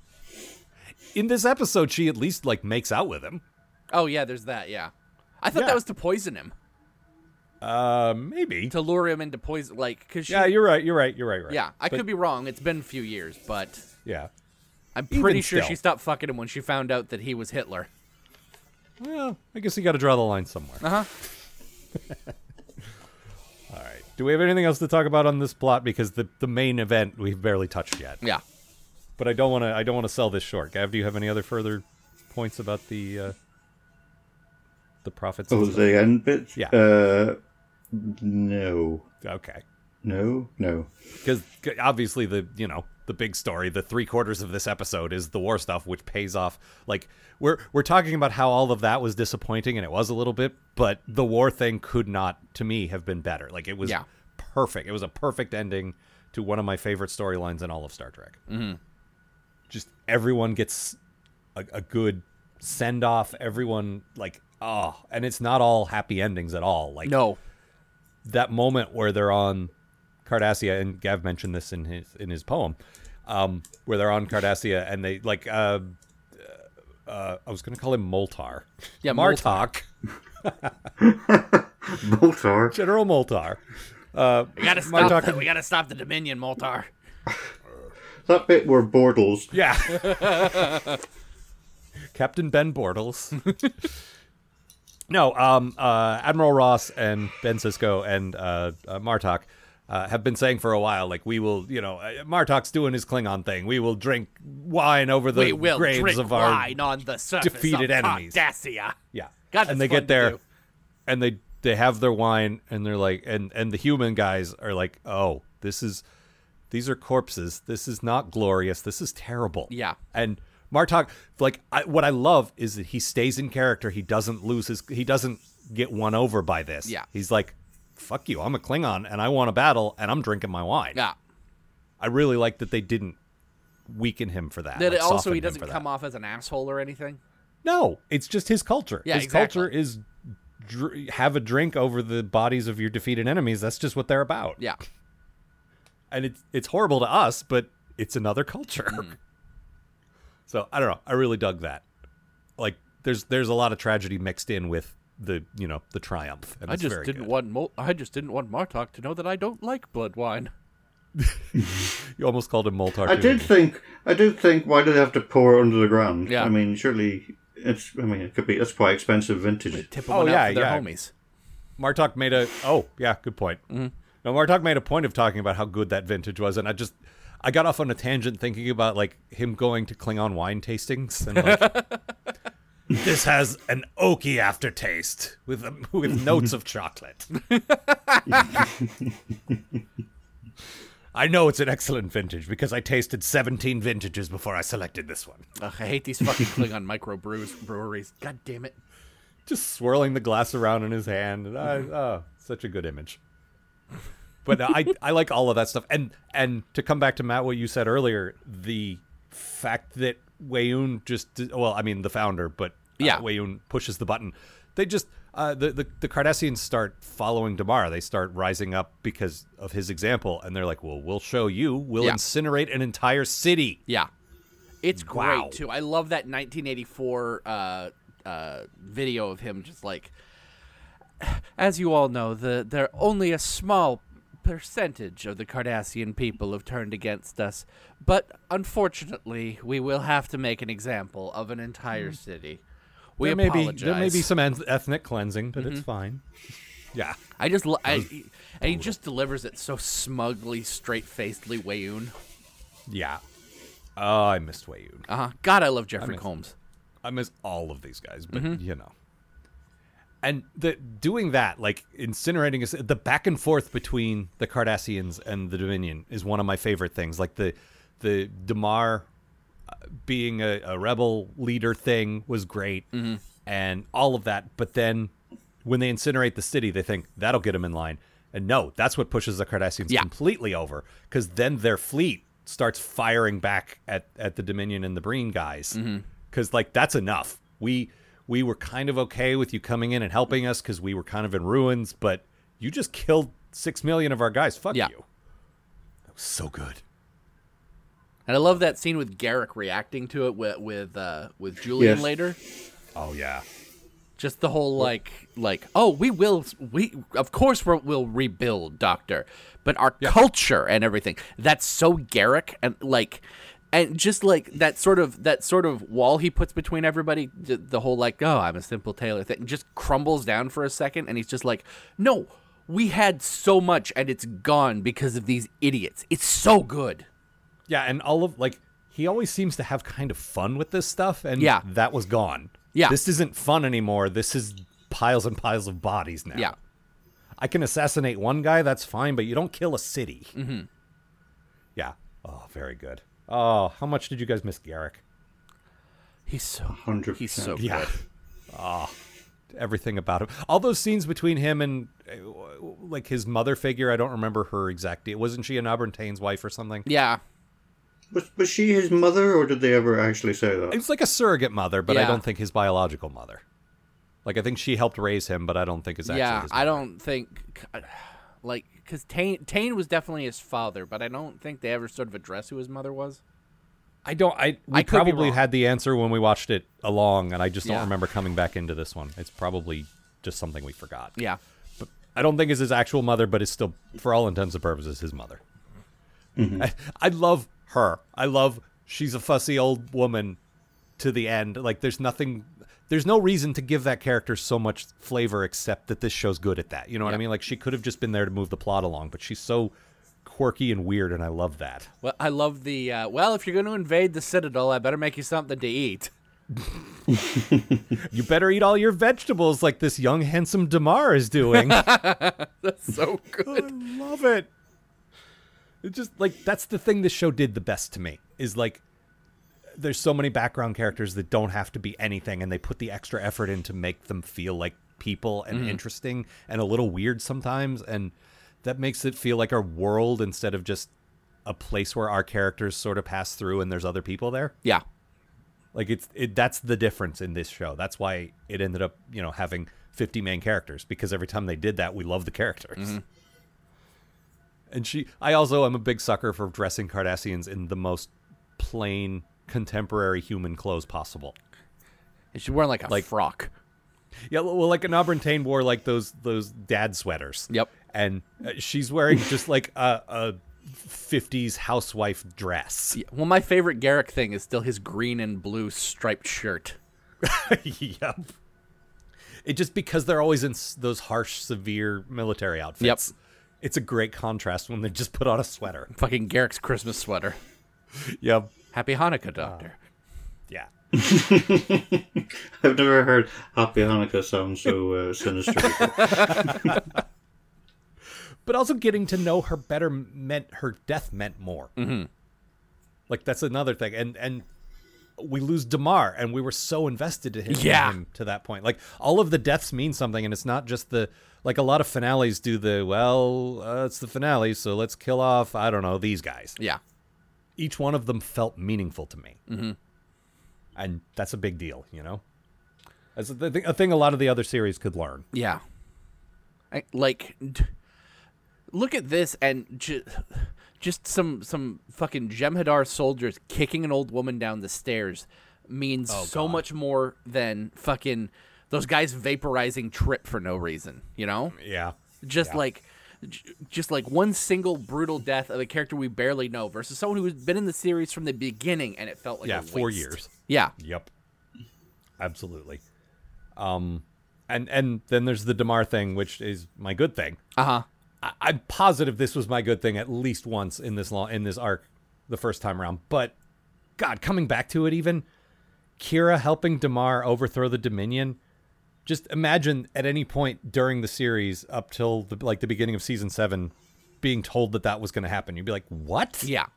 [SPEAKER 3] In this episode, she at least like makes out with him.
[SPEAKER 4] Oh yeah, there's that. Yeah, I thought
[SPEAKER 3] Yeah.
[SPEAKER 4] that was to poison him,
[SPEAKER 3] Uh, maybe.
[SPEAKER 4] to lure him into poison, like because she.
[SPEAKER 3] Yeah, you're right. You're right. You're right. Right.
[SPEAKER 4] yeah, I
[SPEAKER 3] But-
[SPEAKER 4] could be wrong. It's been a few years, but
[SPEAKER 3] Yeah.
[SPEAKER 4] I'm
[SPEAKER 3] Even
[SPEAKER 4] pretty sure
[SPEAKER 3] still.
[SPEAKER 4] she stopped fucking him when she found out that he was Hitler.
[SPEAKER 3] Well, I guess you got to draw the line somewhere.
[SPEAKER 4] Uh huh.
[SPEAKER 3] All right. Do we have anything else to talk about on this plot? Because the the main event we've barely touched yet.
[SPEAKER 4] Yeah.
[SPEAKER 3] But I don't want to. I don't want to sell this short. Gav, do you have any other further points about the uh, the profits?
[SPEAKER 5] Oh, the end bit.
[SPEAKER 3] Yeah.
[SPEAKER 5] Uh, no,
[SPEAKER 3] Okay.
[SPEAKER 5] no, no.
[SPEAKER 3] Because obviously the you know the big story, the three quarters of this episode is the war stuff, which pays off. Like we're we're talking about how all of that was disappointing, and it was a little bit, but the war thing could not, to me, have been better. Like it was
[SPEAKER 4] Yeah.
[SPEAKER 3] perfect. It was a perfect ending to one of my favorite storylines in all of Star Trek. Just everyone gets a, a good send off. Everyone like oh, and it's not all happy endings at all. Like
[SPEAKER 4] No.
[SPEAKER 3] that moment where they're on Cardassia, and Gav mentioned this in his in his poem, um, where they're on Cardassia and they like uh, uh, I was gonna call him Moltar,
[SPEAKER 4] Yeah,
[SPEAKER 3] Martok,
[SPEAKER 5] Moltar.
[SPEAKER 3] General Moltar.
[SPEAKER 4] We gotta
[SPEAKER 3] Martok
[SPEAKER 4] stop. The,
[SPEAKER 3] and-
[SPEAKER 4] we gotta stop the Dominion, Moltar.
[SPEAKER 5] That bit where Bortles
[SPEAKER 3] Yeah. Captain Ben Bortles. no, um, uh, Admiral Ross and Ben Sisko and uh, uh, Martok uh, have been saying for a while, like we will, you know, uh, Martok's doing his Klingon thing. We will drink wine over the
[SPEAKER 4] we will
[SPEAKER 3] graves
[SPEAKER 4] drink
[SPEAKER 3] of our
[SPEAKER 4] wine on the surface
[SPEAKER 3] defeated
[SPEAKER 4] of
[SPEAKER 3] enemies.
[SPEAKER 4] Cardassian.
[SPEAKER 3] yeah.
[SPEAKER 4] God, that's
[SPEAKER 3] and they
[SPEAKER 4] fun
[SPEAKER 3] get
[SPEAKER 4] to
[SPEAKER 3] there,
[SPEAKER 4] do.
[SPEAKER 3] and they they have their wine, and they're like, and and the human guys are like, oh, this is, these are corpses. This is not glorious. This is terrible.
[SPEAKER 4] Yeah.
[SPEAKER 3] And Martok, like, I, what I love is that he stays in character. He doesn't lose his. He doesn't get won over by this.
[SPEAKER 4] Yeah.
[SPEAKER 3] He's like, fuck you. I'm a Klingon, and I want a battle, and I'm drinking my wine.
[SPEAKER 4] Yeah.
[SPEAKER 3] I really like that they didn't weaken him for that.
[SPEAKER 4] That
[SPEAKER 3] like,
[SPEAKER 4] it also
[SPEAKER 3] soften
[SPEAKER 4] he
[SPEAKER 3] him
[SPEAKER 4] doesn't
[SPEAKER 3] for that.
[SPEAKER 4] come off as an asshole or anything.
[SPEAKER 3] No, it's just his culture.
[SPEAKER 4] Yeah,
[SPEAKER 3] his
[SPEAKER 4] exactly.
[SPEAKER 3] culture is dr- have a drink over the bodies of your defeated enemies. That's just what they're about.
[SPEAKER 4] Yeah.
[SPEAKER 3] and it's it's horrible to us, but it's another culture.
[SPEAKER 4] Hmm.
[SPEAKER 3] So I don't know. I really dug that. Like, there's there's a lot of tragedy mixed in with the you know the triumph. And
[SPEAKER 4] I
[SPEAKER 3] it's
[SPEAKER 4] just
[SPEAKER 3] very
[SPEAKER 4] didn't
[SPEAKER 3] good.
[SPEAKER 4] want Mo- I just didn't want Martok to know that I don't like blood wine.
[SPEAKER 3] You almost called him Moltar.
[SPEAKER 5] I did think, I did think, why do they have to pour under the ground?
[SPEAKER 4] Yeah.
[SPEAKER 5] I mean, surely it's. I mean, it could be. That's quite expensive vintage.
[SPEAKER 4] Tip
[SPEAKER 3] Oh,
[SPEAKER 4] one
[SPEAKER 3] yeah,
[SPEAKER 4] out for their
[SPEAKER 3] yeah.
[SPEAKER 4] homies.
[SPEAKER 3] Martok made a oh yeah, good point. No, Martok made a point of talking about how good that vintage was, and I just I got off on a tangent thinking about like him going to Klingon wine tastings and like this has an oaky aftertaste with with notes of chocolate. I know it's an excellent vintage because I tasted 17 vintages before I selected this one.
[SPEAKER 4] Ugh, I hate these fucking Klingon micro brews breweries. God damn it.
[SPEAKER 3] just swirling the glass around in his hand. And I,
[SPEAKER 4] Mm-hmm.
[SPEAKER 3] oh, such a good image. But uh, I, I like all of that stuff. And and to come back to Matt, what you said earlier, the fact that Wayun just well, I mean the founder, but uh,
[SPEAKER 4] Yeah.
[SPEAKER 3] Wayun pushes the button. They just uh, the, the the Cardassians start following Damara. They start rising up because of his example, and they're like, "Well, we'll show you. We'll
[SPEAKER 4] Yeah.
[SPEAKER 3] incinerate an entire city."
[SPEAKER 4] Yeah. It's
[SPEAKER 3] Wow.
[SPEAKER 4] great too. I love that 1984 uh, uh, video of him just like as you all know, the there only a small percentage of the Cardassian people have turned against us, but unfortunately, we will have to make an example of an entire city. We
[SPEAKER 3] Hmm. there may
[SPEAKER 4] apologize. Mm-hmm.
[SPEAKER 3] be there may be some eth- ethnic cleansing, but it's fine. Yeah.
[SPEAKER 4] I just lo- I,
[SPEAKER 3] Oh.
[SPEAKER 4] and he just delivers it so smugly, straight facedly, Wayoon.
[SPEAKER 3] Yeah. Oh, I missed Wayun.
[SPEAKER 4] Uh huh. God, I love Jeffrey
[SPEAKER 3] miss-
[SPEAKER 4] Combs.
[SPEAKER 3] I miss all of these guys, but you know. And the doing that, like incinerating, is- the back and forth between the Cardassians and the Dominion is one of my favorite things. Like the the Damar uh, being a, a rebel leader thing was great,
[SPEAKER 4] Mm-hmm.
[SPEAKER 3] and all of that. But then when they incinerate the city, they think that'll get them in line, and no, that's what pushes the Cardassians
[SPEAKER 4] Yeah.
[SPEAKER 3] completely over because then their fleet starts firing back at at the Dominion and the Breen guys
[SPEAKER 4] Mm-hmm.
[SPEAKER 3] because like that's enough. We we were kind of okay with you coming in and helping us because we were kind of in ruins, but you just killed six million of our guys. Fuck
[SPEAKER 4] Yeah.
[SPEAKER 3] you. That was so good.
[SPEAKER 4] And I love that scene with Garrick reacting to it with with uh, with Julian
[SPEAKER 5] Yes.
[SPEAKER 4] later.
[SPEAKER 3] Oh yeah.
[SPEAKER 4] Just the whole like like oh we will we of course we're, we'll rebuild Doctor, but our culture and everything that's so Garrick and like and just like that sort of that sort of wall he puts between everybody the, the whole like oh I'm a simple tailor thing just crumbles down for a second and he's just like no we had so much and it's gone because of these idiots it's so good
[SPEAKER 3] Yeah, and all of like he always seems to have kind of fun with this stuff, and
[SPEAKER 4] Yeah.
[SPEAKER 3] that was gone.
[SPEAKER 4] Yeah.
[SPEAKER 3] This isn't fun anymore. This is piles and piles of bodies now.
[SPEAKER 4] yeah
[SPEAKER 3] I can assassinate one guy, that's fine, but you don't kill a city. Mm-hmm. Yeah. Oh, very good. Oh, how much did you guys miss Garrick?
[SPEAKER 4] he's so
[SPEAKER 5] Hundred
[SPEAKER 4] he's so
[SPEAKER 5] percent.
[SPEAKER 4] good.
[SPEAKER 3] Yeah. Oh, everything about him. All those scenes between him and uh, like his mother figure. I don't remember her exact. Date. Wasn't she an Abertain's wife or something?
[SPEAKER 4] Yeah.
[SPEAKER 5] Was, was she his mother, or did they ever actually say
[SPEAKER 3] It
[SPEAKER 5] that?
[SPEAKER 3] was like a surrogate mother, but I
[SPEAKER 4] Yeah.
[SPEAKER 3] don't think his biological mother. Like I think she helped raise him, but I don't think it's actually.
[SPEAKER 4] yeah.
[SPEAKER 3] his mother.
[SPEAKER 4] I don't think, like, because Tane, Tane was definitely his father, but I don't think they ever sort of address who his mother was.
[SPEAKER 3] I don't. I we
[SPEAKER 4] I could be
[SPEAKER 3] probably
[SPEAKER 4] wrong.
[SPEAKER 3] had the answer when we watched it along, and I just don't
[SPEAKER 4] Yeah.
[SPEAKER 3] remember coming back into this one. It's probably just something we forgot.
[SPEAKER 4] Yeah.
[SPEAKER 3] But I don't think it's his actual mother, but it's still, for all intents and purposes, his mother. I, I love her. I love she's a fussy old woman to the end. Like there's nothing there's no reason to give that character so much flavor except that this show's good at that. You know what I mean? Like she could have just been there to move the plot along, but she's so quirky and weird and I love that.
[SPEAKER 4] Well, I love the. Uh, well, if you're going to invade the citadel, I better make you something to eat.
[SPEAKER 3] You better eat all your vegetables like this young handsome Damar is doing.
[SPEAKER 4] So
[SPEAKER 3] I
[SPEAKER 4] good.
[SPEAKER 3] love it. It just like that's the thing this show did the best to me is like there's so many background characters that don't have to be anything and they put the extra effort in to make them feel like people and interesting and a little weird sometimes and that makes it feel like our world instead of just a place where our characters sort of pass through and there's other people there.
[SPEAKER 4] Yeah.
[SPEAKER 3] Like it's it, that's the difference in this show. That's why it ended up, you know, having 50 main characters because every time they did that, we loved the characters. And she I also am a big sucker for dressing Cardassians in the most plain contemporary human clothes possible.
[SPEAKER 4] And she's wearing like a
[SPEAKER 3] Like-
[SPEAKER 4] frock.
[SPEAKER 3] Yeah, well, like an Auburntane wore like those those dad sweaters.
[SPEAKER 4] Yep.
[SPEAKER 3] And uh, she's wearing just like a, a 50s housewife dress.
[SPEAKER 4] Yeah. Well, my favorite Garrick thing is still his green and blue striped shirt.
[SPEAKER 3] yep. It just because they're always in s- those harsh, severe military outfits. It's a great contrast when they just put on a sweater.
[SPEAKER 4] Fucking Garrick's Christmas sweater.
[SPEAKER 3] Yep.
[SPEAKER 4] Happy Hanukkah, Doctor.
[SPEAKER 3] Ah. Yeah.
[SPEAKER 5] I've never heard Happy Hanukkah sound so uh, sinister. before.
[SPEAKER 3] But also getting to know her better meant her death meant more. Mm-hmm. Like that's another thing, and and we lose Damar, and we were so invested in him,
[SPEAKER 4] Yeah.
[SPEAKER 3] in him to that point. Like all of the deaths mean something, and it's not just the like a lot of finales do the well, uh, it's the finale, so let's kill off I don't know these guys.
[SPEAKER 4] yeah.
[SPEAKER 3] each one of them felt meaningful to me. And that's a big deal, you know? That's a, th- a thing a lot of the other series could learn.
[SPEAKER 4] Yeah. I, like, d- look at this and ju- just some some fucking Jem'Hadar soldiers kicking an old woman down the stairs means
[SPEAKER 3] Oh,
[SPEAKER 4] so much more than fucking those guys vaporizing Trip for no reason. You know,
[SPEAKER 3] Yeah.
[SPEAKER 4] just like. j- Just like one single brutal death of a character we barely know versus someone who's been in the series from the beginning, and it felt like
[SPEAKER 3] yeah,
[SPEAKER 4] a
[SPEAKER 3] four
[SPEAKER 4] waste.
[SPEAKER 3] years.
[SPEAKER 4] Yeah,
[SPEAKER 3] Yep. Absolutely. Um and and then there's the Demar thing, which is my good thing.
[SPEAKER 4] uh huh.
[SPEAKER 3] I- I'm positive this was my good thing at least once in this long in this arc, the first time around. But God, coming back to it, even Kira helping Damar overthrow the Dominion. Just imagine at any point during the series up till the, like the beginning of season seven, being told that that was going to happen. You'd be like, "What?
[SPEAKER 4] Yeah,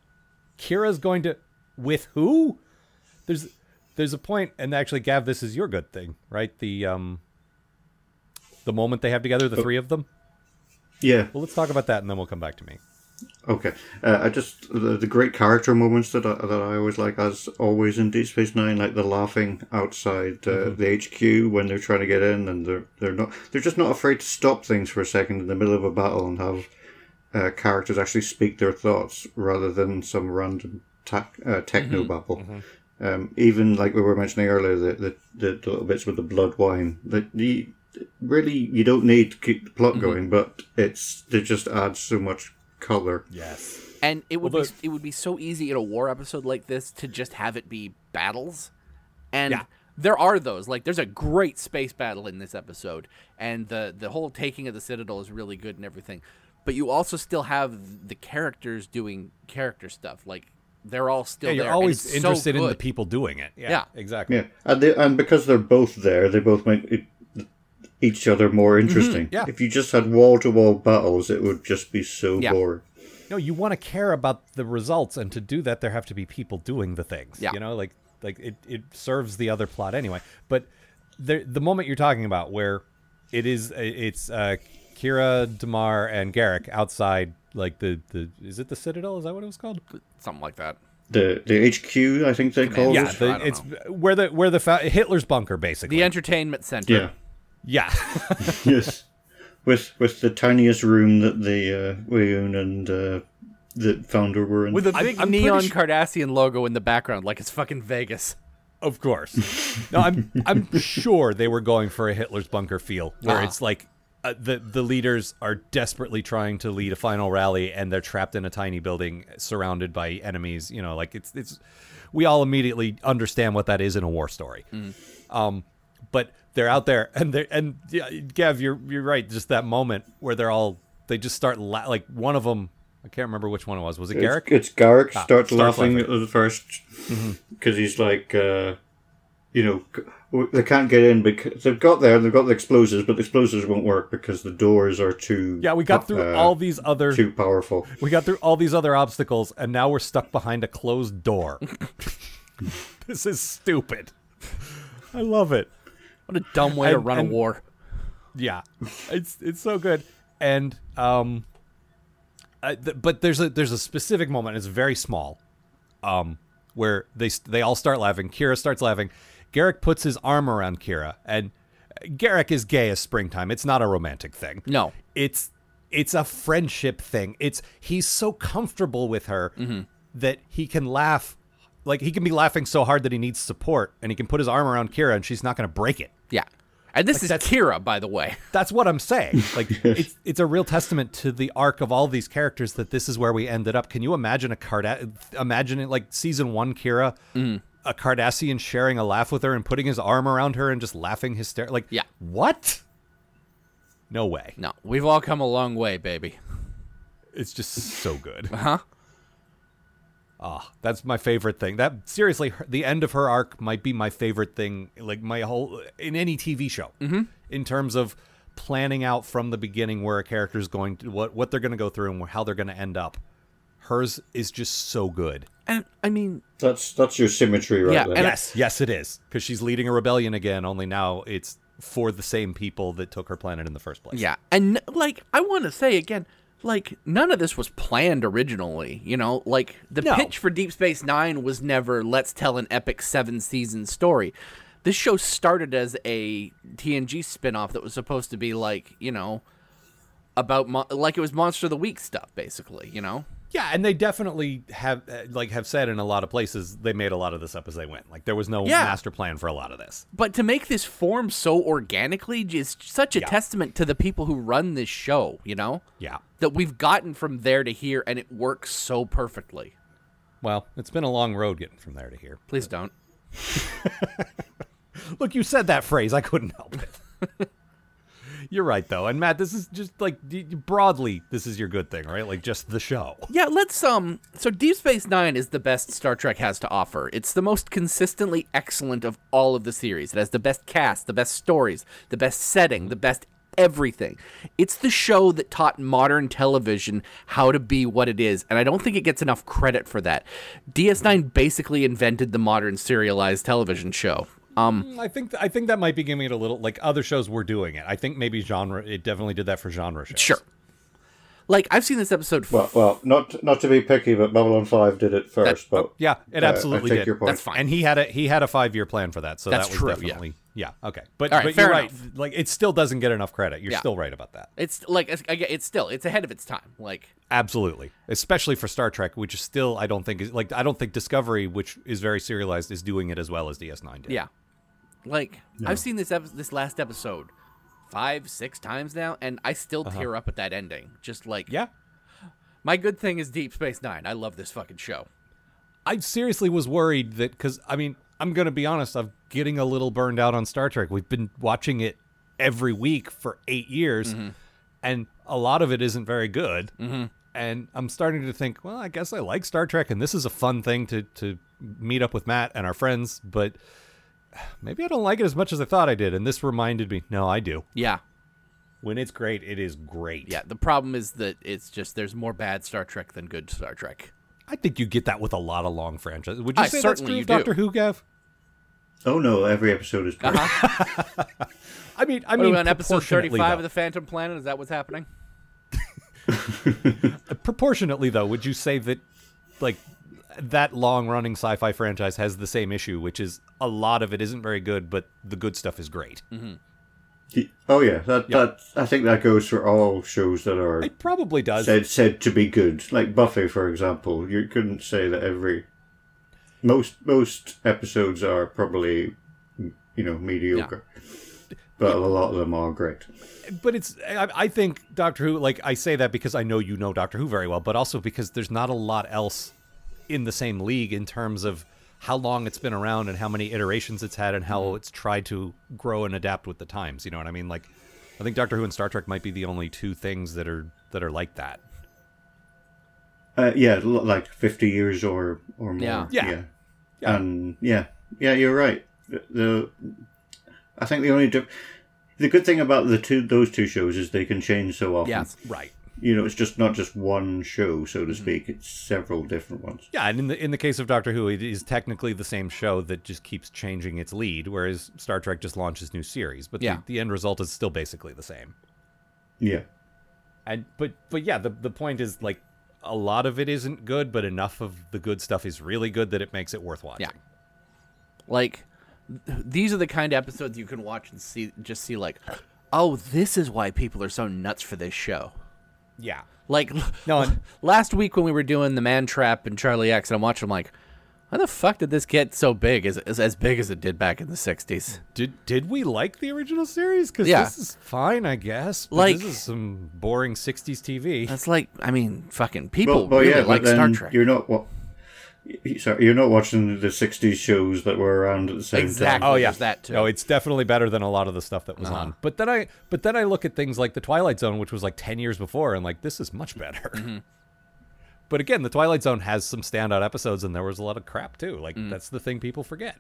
[SPEAKER 3] Kira's going to with who?" There's there's a point, and actually, Gav, this is your good thing, right? The um the moment they have together, the three of them.
[SPEAKER 5] yeah.
[SPEAKER 3] Well, let's talk about that, and then we'll come back to me.
[SPEAKER 5] Okay. Uh, I just the, the great character moments that I, that I always like, as always in Deep Space Nine, like the laughing outside uh, the HQ when they're trying to get in, and they're they're not they're just not afraid to stop things for a second in the middle of a battle and have uh, characters actually speak their thoughts rather than some random tac uh, techno babble. Um, even like we were mentioning earlier, the, the, the, the little bits with the blood wine that the really you don't need to keep the plot going, but it's it just adds so much color
[SPEAKER 3] Yes.
[SPEAKER 4] And it would
[SPEAKER 3] Although-
[SPEAKER 4] be it would be so easy in a war episode like this to just have it be battles, and
[SPEAKER 3] Yeah.
[SPEAKER 4] there are those. Like there's a great space battle in this episode, and the the whole taking of the citadel is really good and everything. But you also still have the characters doing character stuff. Like they're all still
[SPEAKER 3] Yeah, you're
[SPEAKER 4] there, and
[SPEAKER 3] always
[SPEAKER 4] it's so
[SPEAKER 3] interested in the
[SPEAKER 4] good.
[SPEAKER 3] people doing it. Yeah,
[SPEAKER 4] Yeah.
[SPEAKER 3] exactly.
[SPEAKER 5] Yeah, and they, and because they're both there, they both make it, each other more
[SPEAKER 4] Mm-hmm,
[SPEAKER 5] interesting.
[SPEAKER 3] yeah.
[SPEAKER 5] If you just had wall to wall battles, it would just be so
[SPEAKER 4] Yeah.
[SPEAKER 5] boring.
[SPEAKER 3] No, you want to care about the results, and to do that, there have to be people doing the things.
[SPEAKER 4] Yeah.
[SPEAKER 3] You know, like like it, it serves the other plot anyway. But the the moment you're talking about, where it is, it's uh, Kira, Damar, and Garrick outside, like the the is it the Citadel? Is that what it was called?
[SPEAKER 4] something like that.
[SPEAKER 5] The the HQ, I think they call
[SPEAKER 4] Yeah.
[SPEAKER 5] it.
[SPEAKER 3] the,
[SPEAKER 4] I don't
[SPEAKER 3] it's where the where the fa- Hitler's bunker basically.
[SPEAKER 4] The entertainment center.
[SPEAKER 5] Yeah.
[SPEAKER 3] yeah.
[SPEAKER 5] yes. With with the tiniest room that the uh, we own and uh, the founder were in.
[SPEAKER 4] With a
[SPEAKER 3] I'm-
[SPEAKER 4] big
[SPEAKER 3] I'm pretty
[SPEAKER 4] neon
[SPEAKER 3] su-
[SPEAKER 4] Cardassian logo in the background, like it's fucking Vegas.
[SPEAKER 3] Of course. No, I'm I'm sure they were going for a Hitler's bunker feel, where
[SPEAKER 4] Ah.
[SPEAKER 3] it's like uh, the the leaders are desperately trying to lead a final rally, and they're trapped in a tiny building surrounded by enemies. You know, like it's it's we all immediately understand what that is in a war story. Um, but they're out there, and they are and yeah, Gav, you're you're right. Just that moment where they're all they just start la- like one of them. I can't remember which one it was. Was it Garrick?
[SPEAKER 5] It's, it's Garrick starts
[SPEAKER 3] starts
[SPEAKER 5] laughing
[SPEAKER 3] laughing.
[SPEAKER 5] at the first
[SPEAKER 3] Mm-hmm.
[SPEAKER 5] because he's like, uh, you know, c- w- they can't get in because they've got there, they've got the explosives, but the explosives won't work because the doors are too.
[SPEAKER 3] yeah, we got through
[SPEAKER 5] uh,
[SPEAKER 3] all these other
[SPEAKER 5] too powerful.
[SPEAKER 3] we got through all these other obstacles, and now we're stuck behind a closed door. this is stupid. I love it.
[SPEAKER 4] What a dumb way to
[SPEAKER 3] And-
[SPEAKER 4] run
[SPEAKER 3] and-
[SPEAKER 4] a war.
[SPEAKER 3] Yeah, it's it's so good, and um, I, th- but there's a there's a specific moment. It's very small, um, where they s- they all start laughing. Kira starts laughing. Garrick puts his arm around Kira, and uh, Garrick is gay as springtime. It's not a romantic thing.
[SPEAKER 4] No.
[SPEAKER 3] it's it's a friendship thing. It's he's so comfortable with her that he can laugh, like he can be laughing so hard that he needs support, and he can put his arm around Kira, and she's not going to break it.
[SPEAKER 4] Yeah. And this is
[SPEAKER 3] that's-
[SPEAKER 4] Kira, by the way.
[SPEAKER 3] That's what I'm saying. Like it's it's a real testament to the arc of all these characters that this is where we ended up. Can you imagine a Card imagine it like season 1 Kira a Cardassian sharing a laugh with her and putting his arm around her and just laughing hysterically like
[SPEAKER 4] Yeah.
[SPEAKER 3] what? No way.
[SPEAKER 4] No, we've all come a long way, baby.
[SPEAKER 3] It's just so good.
[SPEAKER 4] Huh?
[SPEAKER 3] Ah, that's my favorite thing. That seriously, her, the end of her arc might be my favorite thing, like my whole in any TV show, mm-hmm. in terms of planning out from the beginning where a character is going to what what they're going to go through and how they're going to end up. Hers is just so good.
[SPEAKER 4] And I mean,
[SPEAKER 5] That's that's your symmetry right
[SPEAKER 4] Yeah,
[SPEAKER 5] there.
[SPEAKER 4] and I-
[SPEAKER 3] Yes, yes, it is because she's leading a rebellion again. Only now it's for the same people that took her planet in the first place.
[SPEAKER 4] yeah. And like I want to say again, like none of this was planned originally, you know? Like the
[SPEAKER 3] No.
[SPEAKER 4] pitch for Deep Space 9 was never let's tell an epic 7-season story. This show started as a TNG spin-off that was supposed to be like, you know, about mo- like it was monster of the week stuff basically, you know?
[SPEAKER 3] yeah, and they definitely have uh, like have said in a lot of places they made a lot of this up as they went. Like there was no
[SPEAKER 4] Yeah.
[SPEAKER 3] master plan for a lot of this.
[SPEAKER 4] but to make this form so organically is such a testament to the people who run this show you know
[SPEAKER 3] Yeah.
[SPEAKER 4] that we've gotten from there to here and it works so perfectly
[SPEAKER 3] Well, it's been a long road getting from there to here.
[SPEAKER 4] please don't
[SPEAKER 3] Look, you said that phrase. I couldn't help it. You're right, though. And Matt, this is just like y- y- broadly, this is your good thing, right? Like just the show.
[SPEAKER 4] yeah let's um so deep space nine is the best star trek has to offer it's the most consistently excellent of all of the series it has the best cast the best stories the best setting the best everything it's the show that taught modern television how to be what it is and i don't think it gets enough credit for that ds9 basically invented the modern serialized television show um
[SPEAKER 3] Mm, I think I think that might be giving it a little like other shows were doing it. I think maybe genre. It definitely did that for genre shows.
[SPEAKER 4] sure like i've seen this episode f-
[SPEAKER 5] well, well, not not to be picky, but Babylon Five did it first. but
[SPEAKER 3] oh, Yeah, it
[SPEAKER 5] uh,
[SPEAKER 3] absolutely
[SPEAKER 5] I take
[SPEAKER 3] did.
[SPEAKER 5] your point.
[SPEAKER 4] That's fine.
[SPEAKER 3] And he had a he had a five year plan for that, so
[SPEAKER 4] That's
[SPEAKER 3] that was
[SPEAKER 4] true, yeah.
[SPEAKER 3] definitely yeah. Okay, but
[SPEAKER 4] All right,
[SPEAKER 3] but
[SPEAKER 4] fair
[SPEAKER 3] you're right.
[SPEAKER 4] enough.
[SPEAKER 3] Like it still doesn't get enough credit. You're
[SPEAKER 4] Yeah.
[SPEAKER 3] still right about that.
[SPEAKER 4] it's like it's, I get- it's still it's ahead of its time like
[SPEAKER 3] Absolutely, especially for Star Trek, which is still I don't think is like I don't think Discovery, which is very serialized, is doing it as well as DS9 did.
[SPEAKER 4] Yeah. Like I've seen this epi- this last episode five, six times now, and I still tear up at that ending. Just like
[SPEAKER 3] Uh-huh. yeah.
[SPEAKER 4] my good thing is Deep Space Nine. I love this fucking show.
[SPEAKER 3] I seriously was worried that because I mean I'm gonna be honest, I'm getting a little burned out on Star Trek. We've been watching it every week for eight years,
[SPEAKER 4] Mm-hmm.
[SPEAKER 3] and a lot of it isn't very good. And I'm starting to think, well, I guess I like Star Trek, and this is a fun thing to to meet up with Matt and our friends, but. Maybe I don't like it as much as I thought I did, and this reminded me. No, I do.
[SPEAKER 4] Yeah.
[SPEAKER 3] When it's great, it is great.
[SPEAKER 4] Yeah. The problem is that it's just there's more bad Star Trek than good Star Trek.
[SPEAKER 3] I think you get that with a lot of long franchises. Would you
[SPEAKER 4] I
[SPEAKER 3] say that's
[SPEAKER 4] certainly
[SPEAKER 3] true
[SPEAKER 4] you
[SPEAKER 3] of Doctor
[SPEAKER 4] do.
[SPEAKER 3] Who, Gav?
[SPEAKER 5] Oh no, every episode is
[SPEAKER 3] Uh-huh.
[SPEAKER 5] great.
[SPEAKER 3] I mean, I
[SPEAKER 4] What are
[SPEAKER 3] mean,
[SPEAKER 4] we on episode
[SPEAKER 3] proportionately,
[SPEAKER 4] thirty five of
[SPEAKER 3] though.
[SPEAKER 4] the Phantom Planet? Is that what's happening?
[SPEAKER 3] proportionately though would you say that like that long running sci-fi franchise has the same issue which is a lot of it isn't very good but the good stuff is great
[SPEAKER 5] Oh yeah, that that I think that goes for all shows that are
[SPEAKER 3] it probably does
[SPEAKER 5] said said to be good. Like Buffy, for example, you couldn't say that every most most episodes are probably you know mediocre, but a lot of them are great.
[SPEAKER 3] but it's I, I think doctor who like i say that because i know you know doctor who very well but also because there's not a lot else in the same league in terms of how long it's been around and how many iterations it's had and how it's tried to grow and adapt with the times. You know what I mean? Like, I think Doctor Who and Star Trek might be the only two things that are that are like that.
[SPEAKER 5] Uh, yeah, l- like 50 years or, or more.
[SPEAKER 4] Yeah.
[SPEAKER 3] Yeah. Yeah.
[SPEAKER 5] And yeah, yeah, you're right. The, the I think the only diff- the good thing about the two those two shows is they can change so often.
[SPEAKER 4] Yes. Mm-hmm.
[SPEAKER 3] Right.
[SPEAKER 5] You know, it's just not just one show, so to speak. It's several different ones.
[SPEAKER 3] Yeah, and in the in the case of Doctor Who, it is technically the same show that just keeps changing its lead, whereas Star Trek just launches new series. But
[SPEAKER 4] Yeah.
[SPEAKER 3] the, the end result is still basically the same.
[SPEAKER 5] Yeah.
[SPEAKER 3] And but but yeah, the the point is like a lot of it isn't good, but enough of the good stuff is really good that it makes it worth watching.
[SPEAKER 4] Yeah. Like th- these are the kind of episodes you can watch and see just see like oh this is why people are so nuts for this show.
[SPEAKER 3] Yeah.
[SPEAKER 4] Like l-
[SPEAKER 3] No, and-
[SPEAKER 4] last week when we were doing the Man Trap and Charlie X and I'm watching I'm like how the fuck did this get so big as as, as big as it did back in the 60s?
[SPEAKER 3] Did did we like the original series? Because
[SPEAKER 4] Yeah.
[SPEAKER 3] this is fine, I guess. but
[SPEAKER 4] Like-
[SPEAKER 3] this is some boring '60s TV.
[SPEAKER 4] That's like I mean fucking
[SPEAKER 5] Well,
[SPEAKER 4] people
[SPEAKER 5] but
[SPEAKER 4] really
[SPEAKER 5] yeah, but
[SPEAKER 4] like Star
[SPEAKER 5] then
[SPEAKER 4] Trek.
[SPEAKER 5] You're not what. Sorry, you're not watching the '60s shows that were around at the same
[SPEAKER 4] Exactly.
[SPEAKER 5] time.
[SPEAKER 4] Oh, yeah. There's that, too. Uh-huh.
[SPEAKER 3] No, it's definitely better than a lot of the stuff that was on. But then I but then I look at things like The Twilight Zone, which was like ten years before, and like this is much better.
[SPEAKER 4] Mm-hmm.
[SPEAKER 3] But again, The Twilight Zone has some standout episodes, and there was a lot of crap too. Like
[SPEAKER 4] Mm.
[SPEAKER 3] that's the thing people forget.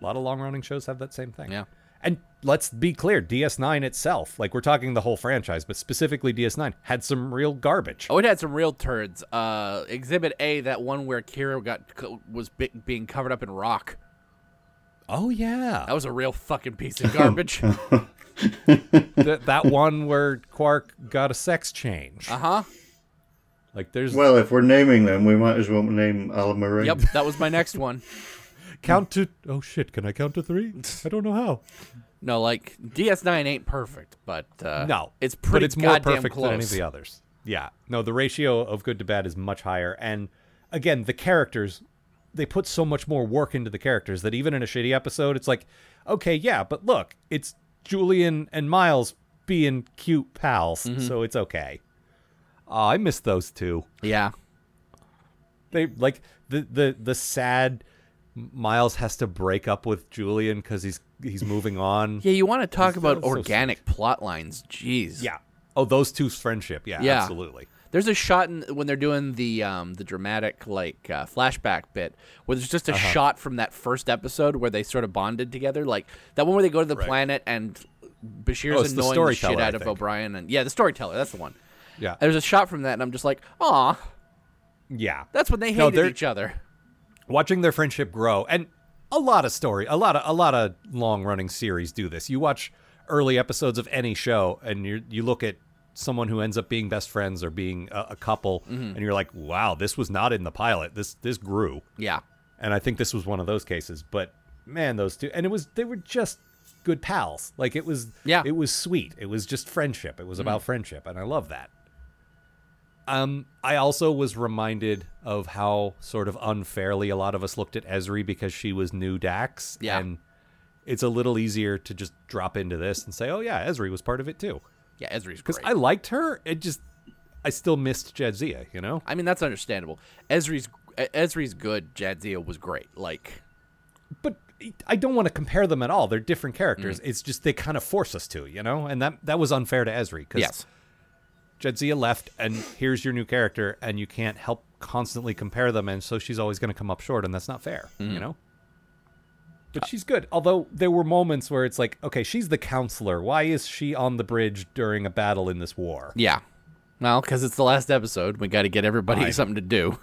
[SPEAKER 3] A lot of long running shows have that same thing.
[SPEAKER 4] Yeah.
[SPEAKER 3] And let's be clear, DS9 itself, like we're talking the whole franchise, but specifically DS9, had some real garbage.
[SPEAKER 4] Oh, it had some real turds. Uh, Exhibit A, that one where Kira got co- was bi- being covered up in rock.
[SPEAKER 3] Oh, yeah.
[SPEAKER 4] That was a real fucking piece of garbage. uh
[SPEAKER 3] Th- that one where Quark got a sex change.
[SPEAKER 4] huh.
[SPEAKER 3] Like there's
[SPEAKER 5] Oh. Well, if we're naming them, we might as well name Alan Moraine.
[SPEAKER 4] Yep, that was my next one.
[SPEAKER 3] count to oh shit, can I count to three? I don't know how.
[SPEAKER 4] No, like DS9 ain't perfect, but uh,
[SPEAKER 3] No,
[SPEAKER 4] it's pretty.
[SPEAKER 3] But it's more
[SPEAKER 4] goddamn
[SPEAKER 3] perfect
[SPEAKER 4] close.
[SPEAKER 3] than any of the others. Yeah, no, the ratio of good to bad is much higher, and again, the characters they put so much more work into the characters that even in a shitty episode, it's like, okay, yeah, but look, it's Julian and Miles being cute pals,
[SPEAKER 4] Mm-hmm.
[SPEAKER 3] so it's okay. Aw, I miss those two.
[SPEAKER 4] Yeah,
[SPEAKER 3] They like the the the sad Miles has to break up with Julian because he's he's moving on.
[SPEAKER 4] yeah. You want to talk about
[SPEAKER 3] so
[SPEAKER 4] organic plot lines? Jeez.
[SPEAKER 3] Yeah. Oh, those two's friendship. Yeah,
[SPEAKER 4] Yeah.
[SPEAKER 3] absolutely.
[SPEAKER 4] There's a shot in, when they're doing the um, the dramatic like uh, flashback bit where there's just a
[SPEAKER 3] Uh-huh.
[SPEAKER 4] shot from that first episode where they sort of bonded together, like that one where they go to the planet and Bashir's
[SPEAKER 3] Oh, it's the
[SPEAKER 4] annoying the, shit
[SPEAKER 3] storyteller, I
[SPEAKER 4] out of
[SPEAKER 3] think.
[SPEAKER 4] O'Brien and yeah, the storyteller. That's the one.
[SPEAKER 3] Yeah.
[SPEAKER 4] There's a shot from that, and I'm just like, aw,
[SPEAKER 3] Yeah.
[SPEAKER 4] that's when they
[SPEAKER 3] No,
[SPEAKER 4] hated
[SPEAKER 3] they're-
[SPEAKER 4] each other.
[SPEAKER 3] watching their friendship grow and a lot of story, a lot of a lot of long-running series do this. You watch early episodes of any show and you you look at someone who ends up being best friends or being a, a couple
[SPEAKER 4] Mm-hmm.
[SPEAKER 3] and you're like, "Wow, this was not in the pilot. This this grew."
[SPEAKER 4] Yeah.
[SPEAKER 3] And I think this was one of those cases, but man, those two and it was they were just good pals. Like it was
[SPEAKER 4] Yeah.
[SPEAKER 3] it was sweet. It was just friendship. It was about friendship and I love that. Mm-hmm. Um, I also was reminded of how sort of unfairly a lot of us looked at Esri because she was new Dax.
[SPEAKER 4] Yeah.
[SPEAKER 3] And it's a little easier to just drop into this and say, oh, yeah, Esri was part of it too.
[SPEAKER 4] Yeah, Ezri's
[SPEAKER 3] Because
[SPEAKER 4] great.
[SPEAKER 3] I liked her. It just, I still missed Jadzia, you know?
[SPEAKER 4] I mean, that's understandable. Ezri's E- Ezri's good. Jadzia was great. Like,
[SPEAKER 3] But I don't want to compare them at all. They're different characters.
[SPEAKER 4] Mm.
[SPEAKER 3] It's just they kind of force us to, you know? And that, that was unfair to Esri because
[SPEAKER 4] yes,
[SPEAKER 3] Jadzia left, and here's your new character, and you can't help constantly compare them, and so she's always going to come up short, and that's not fair,
[SPEAKER 4] Mm-hmm.
[SPEAKER 3] you know. But she's good. Although there were moments where it's like, okay, she's the counselor. Why is she on the bridge during a battle in this war?
[SPEAKER 4] yeah. Well, because it's the last episode, we got to get everybody
[SPEAKER 3] Fine.
[SPEAKER 4] something to do.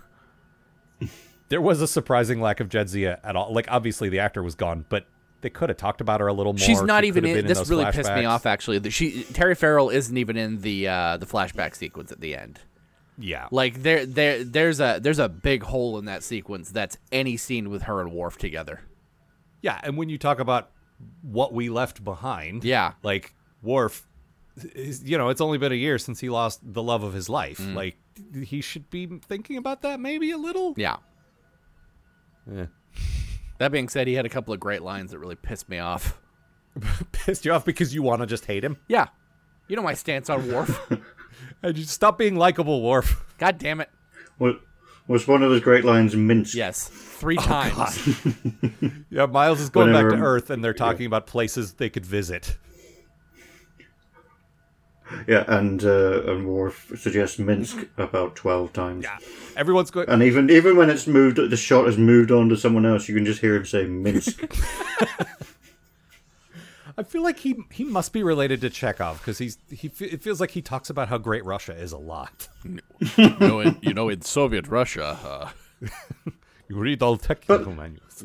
[SPEAKER 3] There was a surprising lack of Jadzia at all. Like, obviously the actor was gone, but they could have talked about her a little more.
[SPEAKER 4] She's not
[SPEAKER 3] She
[SPEAKER 4] even
[SPEAKER 3] could have
[SPEAKER 4] in.
[SPEAKER 3] been
[SPEAKER 4] This
[SPEAKER 3] those
[SPEAKER 4] really pissed me
[SPEAKER 3] flashbacks.
[SPEAKER 4] off. Actually, that she Terry Farrell isn't even in the uh, the flashback sequence at the end.
[SPEAKER 3] Yeah,
[SPEAKER 4] Like there there there's a there's a big hole in that sequence. That's any scene with her and Worf together.
[SPEAKER 3] Yeah, and when you talk about what we left behind,
[SPEAKER 4] Yeah.
[SPEAKER 3] like Worf, is- you know, it's only been a year since he lost the love of his life. Like he should be thinking about that maybe a little.
[SPEAKER 4] Yeah. That being said, he had a couple of great lines that really pissed me off.
[SPEAKER 3] Pissed you off because you want to just hate him.
[SPEAKER 4] Yeah. You know my stance on Worf.
[SPEAKER 3] And you stop being likable, Worf.
[SPEAKER 4] God damn it.
[SPEAKER 5] Well, was one of his great lines in Minsk.
[SPEAKER 4] Yes, three times.
[SPEAKER 3] Yeah, Miles is going back to
[SPEAKER 5] Whenever-
[SPEAKER 3] Earth, and they're talking about places they could visit.
[SPEAKER 5] Yeah, and uh, and Worf suggests Minsk
[SPEAKER 4] Mm-hmm.
[SPEAKER 5] about twelve times.
[SPEAKER 3] Yeah, everyone's going.
[SPEAKER 5] And even even when it's moved, the shot has moved on to someone else. You can just hear him say Minsk.
[SPEAKER 3] I feel like he he must be related to Chekhov because he's he. fe- It feels like he talks about how great Russia is a lot.
[SPEAKER 1] You know, in, you know, in Soviet Russia, uh,
[SPEAKER 3] You read all technical manuals.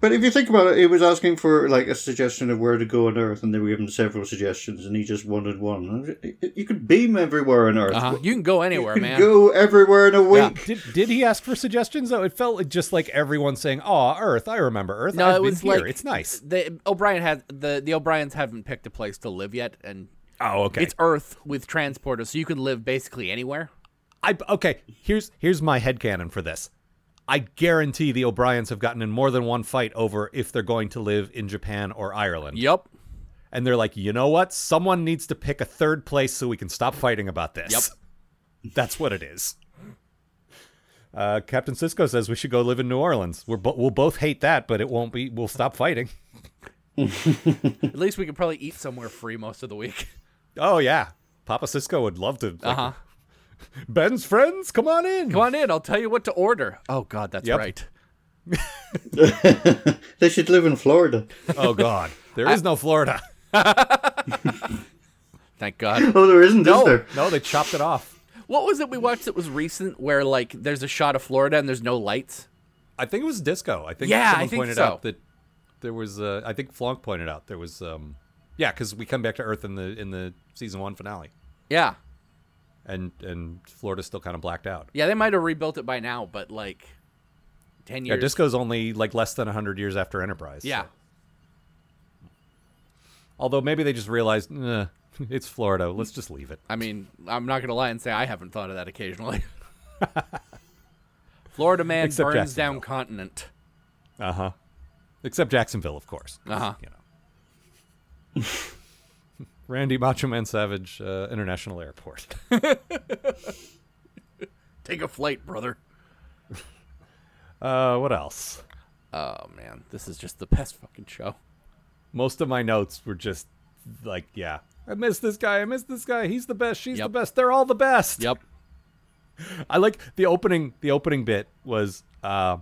[SPEAKER 5] but if you think about it, he was asking for like a suggestion of where to go on Earth, and they were given several suggestions, and he just wanted one. You could beam everywhere on Earth.
[SPEAKER 4] Uh-huh. You can go
[SPEAKER 5] You
[SPEAKER 4] anywhere,
[SPEAKER 5] could
[SPEAKER 4] man.
[SPEAKER 5] go everywhere in a week.
[SPEAKER 3] Did did he ask for suggestions though? It felt like just like everyone saying, "Oh, Earth, I remember Earth.
[SPEAKER 4] No,
[SPEAKER 3] I've
[SPEAKER 4] it
[SPEAKER 3] been
[SPEAKER 4] was
[SPEAKER 3] here.
[SPEAKER 4] like
[SPEAKER 3] it's nice."
[SPEAKER 4] The O'Brien had the the O'Briens haven't picked a place to live yet, and
[SPEAKER 3] Oh, okay.
[SPEAKER 4] it's Earth with transporters, so you can live basically anywhere.
[SPEAKER 3] I okay. Here's here's my headcanon for this. I guarantee the O'Briens have gotten in more than one fight over if they're going to live in Japan or Ireland.
[SPEAKER 4] Yep.
[SPEAKER 3] And they're like, you know what? Someone needs to pick a third place so we can stop fighting about this. Yep. That's what it is. Uh, Captain Cisco says we should go live in New Orleans. We're bo- we'll both hate that, but it won't be. We'll stop fighting.
[SPEAKER 4] At least we could probably eat somewhere free most of the week.
[SPEAKER 3] Oh yeah, Papa Cisco would love to. like,
[SPEAKER 4] Uh huh.
[SPEAKER 3] Ben's friends, come on in.
[SPEAKER 4] Come on in. I'll tell you what to order. Oh God, that's
[SPEAKER 3] Yep.
[SPEAKER 4] right.
[SPEAKER 5] They should live in Florida.
[SPEAKER 3] Oh God, there is no Florida.
[SPEAKER 4] Thank God.
[SPEAKER 5] Oh, there isn't,
[SPEAKER 3] No,
[SPEAKER 5] is there?
[SPEAKER 3] no, they chopped it off.
[SPEAKER 4] what was it we watched that was recent? Where like there's a shot of Florida and there's no lights.
[SPEAKER 3] I think it was disco. I think
[SPEAKER 4] Yeah, I
[SPEAKER 3] someone
[SPEAKER 4] think
[SPEAKER 3] pointed
[SPEAKER 4] so.
[SPEAKER 3] out that there was. Uh, I think Flonk pointed out there was. Um, yeah, because we come back to Earth in the in the season one finale,
[SPEAKER 4] Yeah.
[SPEAKER 3] and and Florida's still kind of blacked out.
[SPEAKER 4] Yeah, they might have rebuilt it by now, but like ten
[SPEAKER 3] Yeah,
[SPEAKER 4] years.
[SPEAKER 3] disco's only like less than hundred years after Enterprise. so-
[SPEAKER 4] Yeah.
[SPEAKER 3] Although maybe they just realized, nah, it's Florida. Let's just leave it.
[SPEAKER 4] I mean, I'm not gonna lie and say I haven't thought of that occasionally. Florida man
[SPEAKER 3] Except
[SPEAKER 4] burns down
[SPEAKER 3] Jacksonville.
[SPEAKER 4] continent.
[SPEAKER 3] Uh huh. Except Jacksonville, of course.
[SPEAKER 4] Uh-huh.
[SPEAKER 3] You know. Randy Macho Man Savage uh, International Airport.
[SPEAKER 4] Take a flight, brother.
[SPEAKER 3] Uh, what else?
[SPEAKER 4] Oh man, this is just the best fucking show.
[SPEAKER 3] most of my notes were just like, yeah, I miss this guy. I miss this guy. He's the best. She's the
[SPEAKER 4] Yep.
[SPEAKER 3] best. They're all the best.
[SPEAKER 4] Yep.
[SPEAKER 3] I like the opening. The opening bit was uh,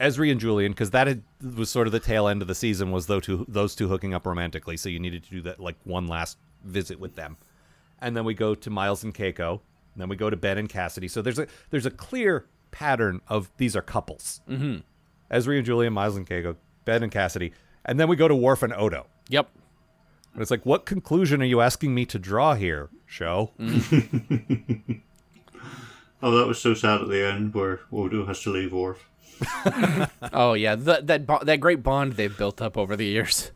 [SPEAKER 3] Esri and Julian because that had, was sort of the tail end of the season was those two those two hooking up romantically. So you needed to do that like one last visit with them, and then we go to Miles and Keiko, and then we go to Ben and Cassidy. So there's a there's a clear pattern of these are couples. Mm-hmm. Esri and Julian, Miles and Keiko, Ben and Cassidy, and then we go to Worf and Odo.
[SPEAKER 4] Yep.
[SPEAKER 3] And it's like, what conclusion are you asking me to draw here, show?
[SPEAKER 5] Oh, that was so sad at the end where Odo has to leave Worf.
[SPEAKER 4] Oh yeah, the, that bo- that great bond they've built up over the years.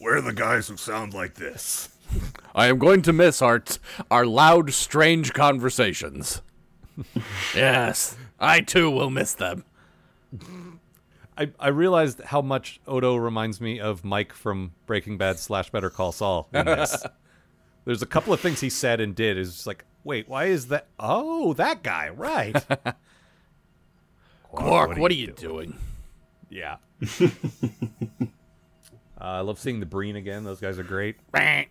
[SPEAKER 3] We're the guys who sound like this.
[SPEAKER 1] I am going to miss our t- our loud, strange conversations.
[SPEAKER 4] Yes, I too will miss them.
[SPEAKER 3] I, I realized how much Odo reminds me of Mike from Breaking Bad slash Better Call Saul in this. There's a couple of things he said and did. Is just like, wait, why is that? Oh, that guy, right?
[SPEAKER 1] Quark, what, are you doing?
[SPEAKER 3] yeah. uh, I love seeing the Breen again. Those guys are great.
[SPEAKER 4] I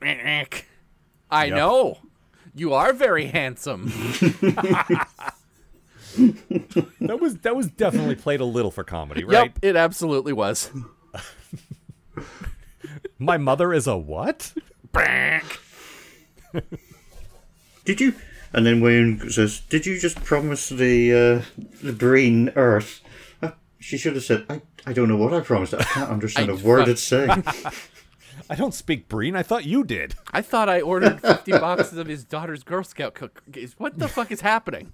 [SPEAKER 3] Yep.
[SPEAKER 4] know. You are very handsome.
[SPEAKER 3] That was that was definitely played a little for comedy, right?
[SPEAKER 4] Yep, it absolutely was.
[SPEAKER 3] My mother is a what?
[SPEAKER 5] Did you? And then Wayne says, "Did you just promise the uh, the green Earth?" Uh, She should have said, I, "I don't know what I promised. I can't understand a word it's saying."
[SPEAKER 3] I don't speak Breen. I thought you did.
[SPEAKER 4] I thought I ordered 50 boxes of his daughter's Girl Scout cookies. What the fuck is happening?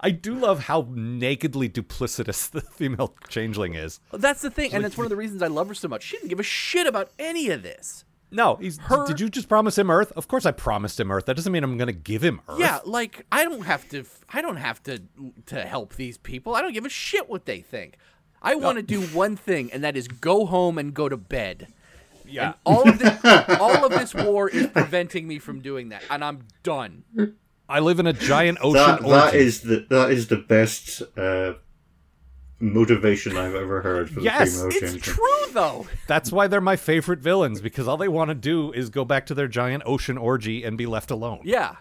[SPEAKER 3] I do love how nakedly duplicitous the female changeling is.
[SPEAKER 4] Well, That's the thing, and that's one of the reasons I love her so much. She didn't give a shit about any of this.
[SPEAKER 3] No, he's.
[SPEAKER 4] Her-
[SPEAKER 3] Did you just promise him Earth? Of course, I promised him Earth. That doesn't mean I'm going to give him Earth.
[SPEAKER 4] Yeah, like I don't have to. I don't have to to help these people. I don't give a shit what they think. I want to do one thing, and that is go home and go to bed.
[SPEAKER 3] yeah.
[SPEAKER 4] All of this, all of this war is preventing me from doing that, and I'm done.
[SPEAKER 3] I live in a giant ocean.
[SPEAKER 5] That that
[SPEAKER 3] orgy.
[SPEAKER 5] is the that is the best uh, motivation I've ever heard for
[SPEAKER 3] Yes,
[SPEAKER 5] the Primo
[SPEAKER 4] It's
[SPEAKER 5] Jameson.
[SPEAKER 4] true though.
[SPEAKER 3] That's why they're my favorite villains because all they want to do is go back to their giant ocean orgy and be left alone.
[SPEAKER 4] Yeah.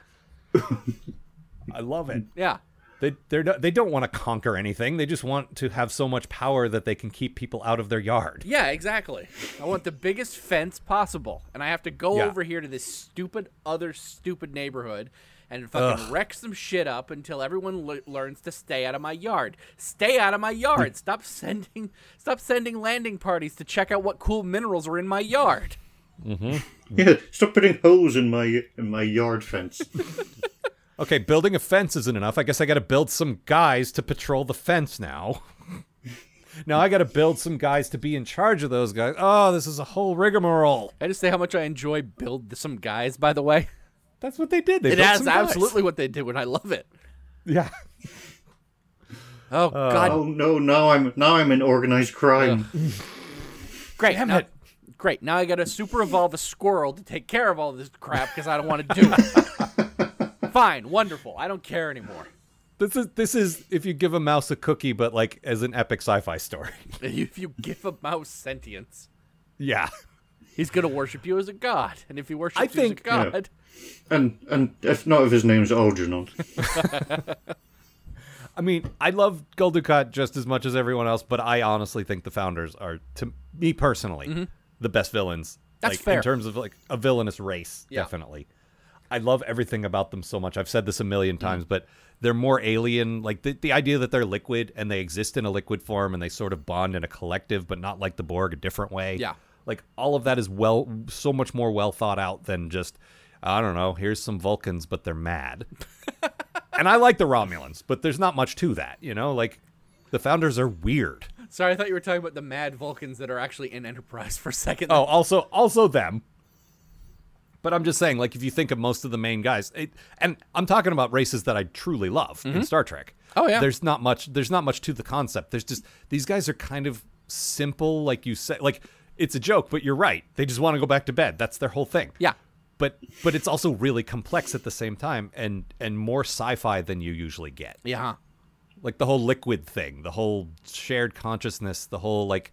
[SPEAKER 3] I love it.
[SPEAKER 4] Yeah.
[SPEAKER 3] They they're, not- they don't want to conquer anything. They just want to have so much power that they can keep people out of their yard.
[SPEAKER 4] Yeah, exactly. I want the biggest fence possible, and I have to go
[SPEAKER 3] Yeah.
[SPEAKER 4] over here to this stupid other stupid neighborhood and fucking wreck some shit up until everyone le- learns to stay out of my yard. Stay out of my yard. stop sending stop sending landing parties to check out what cool minerals are in my yard.
[SPEAKER 5] Yeah, stop putting holes in my in my yard fence.
[SPEAKER 3] Okay, building a fence isn't enough. I guess I got to build some guys to patrol the fence now. now I got to build some guys to be in charge of those guys. Oh, this is a whole rigmarole.
[SPEAKER 4] I just say how much I enjoy build some guys. By the way,
[SPEAKER 3] That's what they did. They
[SPEAKER 4] it
[SPEAKER 3] built
[SPEAKER 4] is
[SPEAKER 3] some guys.
[SPEAKER 4] absolutely what they did, and I love it.
[SPEAKER 3] yeah.
[SPEAKER 4] Oh
[SPEAKER 3] Uh,
[SPEAKER 4] God,
[SPEAKER 5] oh no, now I'm now I'm in organized crime.
[SPEAKER 4] Great. now, Great. Now I got to super evolve a squirrel to take care of all this crap because I don't want to do it. Fine. Wonderful. I don't care anymore.
[SPEAKER 3] This is this is if you give a mouse a cookie, but like as an epic sci-fi story.
[SPEAKER 4] If you give a mouse sentience,
[SPEAKER 3] yeah.
[SPEAKER 4] he's going to worship you as a god. And if he worships
[SPEAKER 3] I
[SPEAKER 4] you
[SPEAKER 3] think-
[SPEAKER 4] as a god,
[SPEAKER 5] And and if not if his name's Algernon.
[SPEAKER 3] I mean, I love Gul Dukat just as much as everyone else, but I honestly think the founders are, to me personally, the best villains.
[SPEAKER 4] Mm-hmm. That's
[SPEAKER 3] like,
[SPEAKER 4] fair.
[SPEAKER 3] In terms of like a villainous race,
[SPEAKER 4] Yeah.
[SPEAKER 3] definitely. I love everything about them so much. I've said this a million times, but they're more alien. Like the, the idea that they're liquid and they exist in a liquid form and they sort of bond in a collective, but not like the Borg, a different way.
[SPEAKER 4] Yeah.
[SPEAKER 3] Like all of that is well, so much more well thought out than just, I don't know, here's some Vulcans, but they're mad and I like the Romulans, but there's not much to that, you know. Like, the founders are weird.
[SPEAKER 4] Sorry, I thought you were talking about the mad Vulcans that are actually in Enterprise for a second.
[SPEAKER 3] Oh, also, also them. But I'm just saying, like, if you think of most of the main guys, it, and I'm talking about races that I truly love in Star Trek.
[SPEAKER 4] Oh, yeah.
[SPEAKER 3] There's not much. There's not much to the concept. There's just these guys are kind of simple, like you said. Like, it's a joke, but you're right. They just want to go back to bed. That's their whole thing.
[SPEAKER 4] Yeah.
[SPEAKER 3] But but it's also really complex at the same time, and and more sci-fi than you usually get.
[SPEAKER 4] Yeah. huh.
[SPEAKER 3] like the whole liquid thing the whole shared consciousness the whole like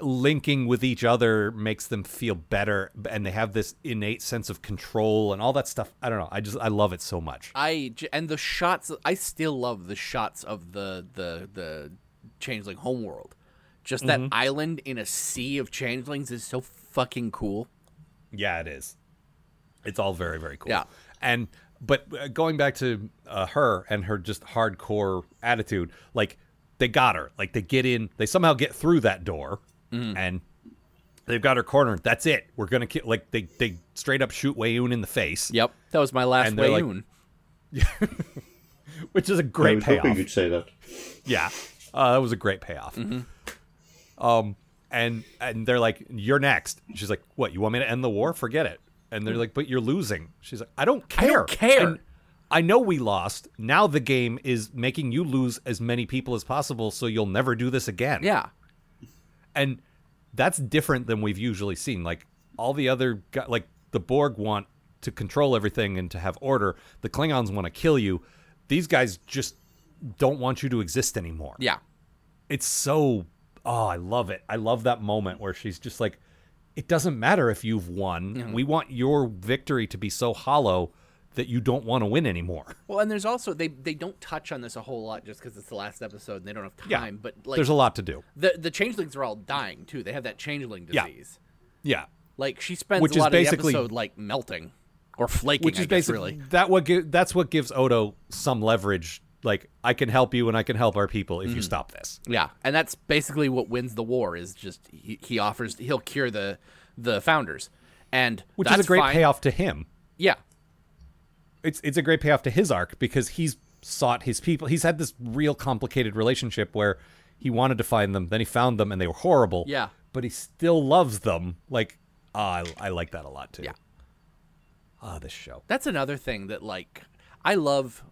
[SPEAKER 3] linking with each other makes them feel better and they have this innate sense of control and all that stuff i don't know i just i love it so much
[SPEAKER 4] I j- and the shots. I still love the shots of the the the changeling homeworld. Just that island in a sea of changelings is so fucking cool.
[SPEAKER 3] yeah it is it's all very very cool
[SPEAKER 4] Yeah.
[SPEAKER 3] and but uh, going back to uh, her and her just hardcore attitude like they got her like they get in they somehow get through that door and they've got her cornered that's it we're gonna kill like they they straight up shoot Wayoon in the face
[SPEAKER 4] Yep, that was my last
[SPEAKER 3] And they're like-
[SPEAKER 4] Wayoon.
[SPEAKER 3] which is a
[SPEAKER 5] I
[SPEAKER 3] great
[SPEAKER 5] was
[SPEAKER 3] payoff.
[SPEAKER 5] hoping you'd say that.
[SPEAKER 3] Yeah, uh, that was a great payoff.
[SPEAKER 4] Mm-hmm.
[SPEAKER 3] Um, and and they're like, "You're next." She's like, "What? You want me to end the war? Forget it." And they're like, "But you're losing." She's like, "I don't care.
[SPEAKER 4] Mm. don't care."
[SPEAKER 3] And I know we lost. Now the game is making you lose as many people as possible, so you'll never do this again."
[SPEAKER 4] yeah,
[SPEAKER 3] and that's different than we've usually seen. Like all the other, gu- like the Borg want to control everything and to have order. The Klingons want to kill you. These guys just don't want you to exist anymore.
[SPEAKER 4] yeah,
[SPEAKER 3] It's so. Oh, I love it. I love that moment where she's just like, "It doesn't matter if you've won. We want your victory to be so hollow that you don't want to win anymore."
[SPEAKER 4] Well, and there's also they they don't touch on this a whole lot just because it's the last episode and they don't have time.
[SPEAKER 3] Yeah.
[SPEAKER 4] But like
[SPEAKER 3] There's a lot to do.
[SPEAKER 4] the the changelings are all dying too. They have that changeling
[SPEAKER 3] Yeah.
[SPEAKER 4] disease.
[SPEAKER 3] Yeah.
[SPEAKER 4] Like she spends
[SPEAKER 3] Which
[SPEAKER 4] a
[SPEAKER 3] is
[SPEAKER 4] lot of the
[SPEAKER 3] basically-
[SPEAKER 4] episode like melting or flaking.
[SPEAKER 3] which
[SPEAKER 4] I
[SPEAKER 3] is
[SPEAKER 4] guess,
[SPEAKER 3] basically
[SPEAKER 4] really
[SPEAKER 3] that what gi- that's what gives Odo some leverage. Like I can help you and I can help our people if you stop this.
[SPEAKER 4] yeah, and that's basically what wins the war is just he, he offers he'll cure the the founders, and
[SPEAKER 3] Which
[SPEAKER 4] that's
[SPEAKER 3] is a great
[SPEAKER 4] fine.
[SPEAKER 3] payoff to him.
[SPEAKER 4] Yeah,
[SPEAKER 3] It's it's a great payoff to his arc because he's sought his people. He's had this real complicated relationship where he wanted to find them, then he found them and they were horrible.
[SPEAKER 4] Yeah.
[SPEAKER 3] But he still loves them. Like ah, I, I like that a lot too.
[SPEAKER 4] Yeah.
[SPEAKER 3] Ah, this show.
[SPEAKER 4] That's another thing that like I love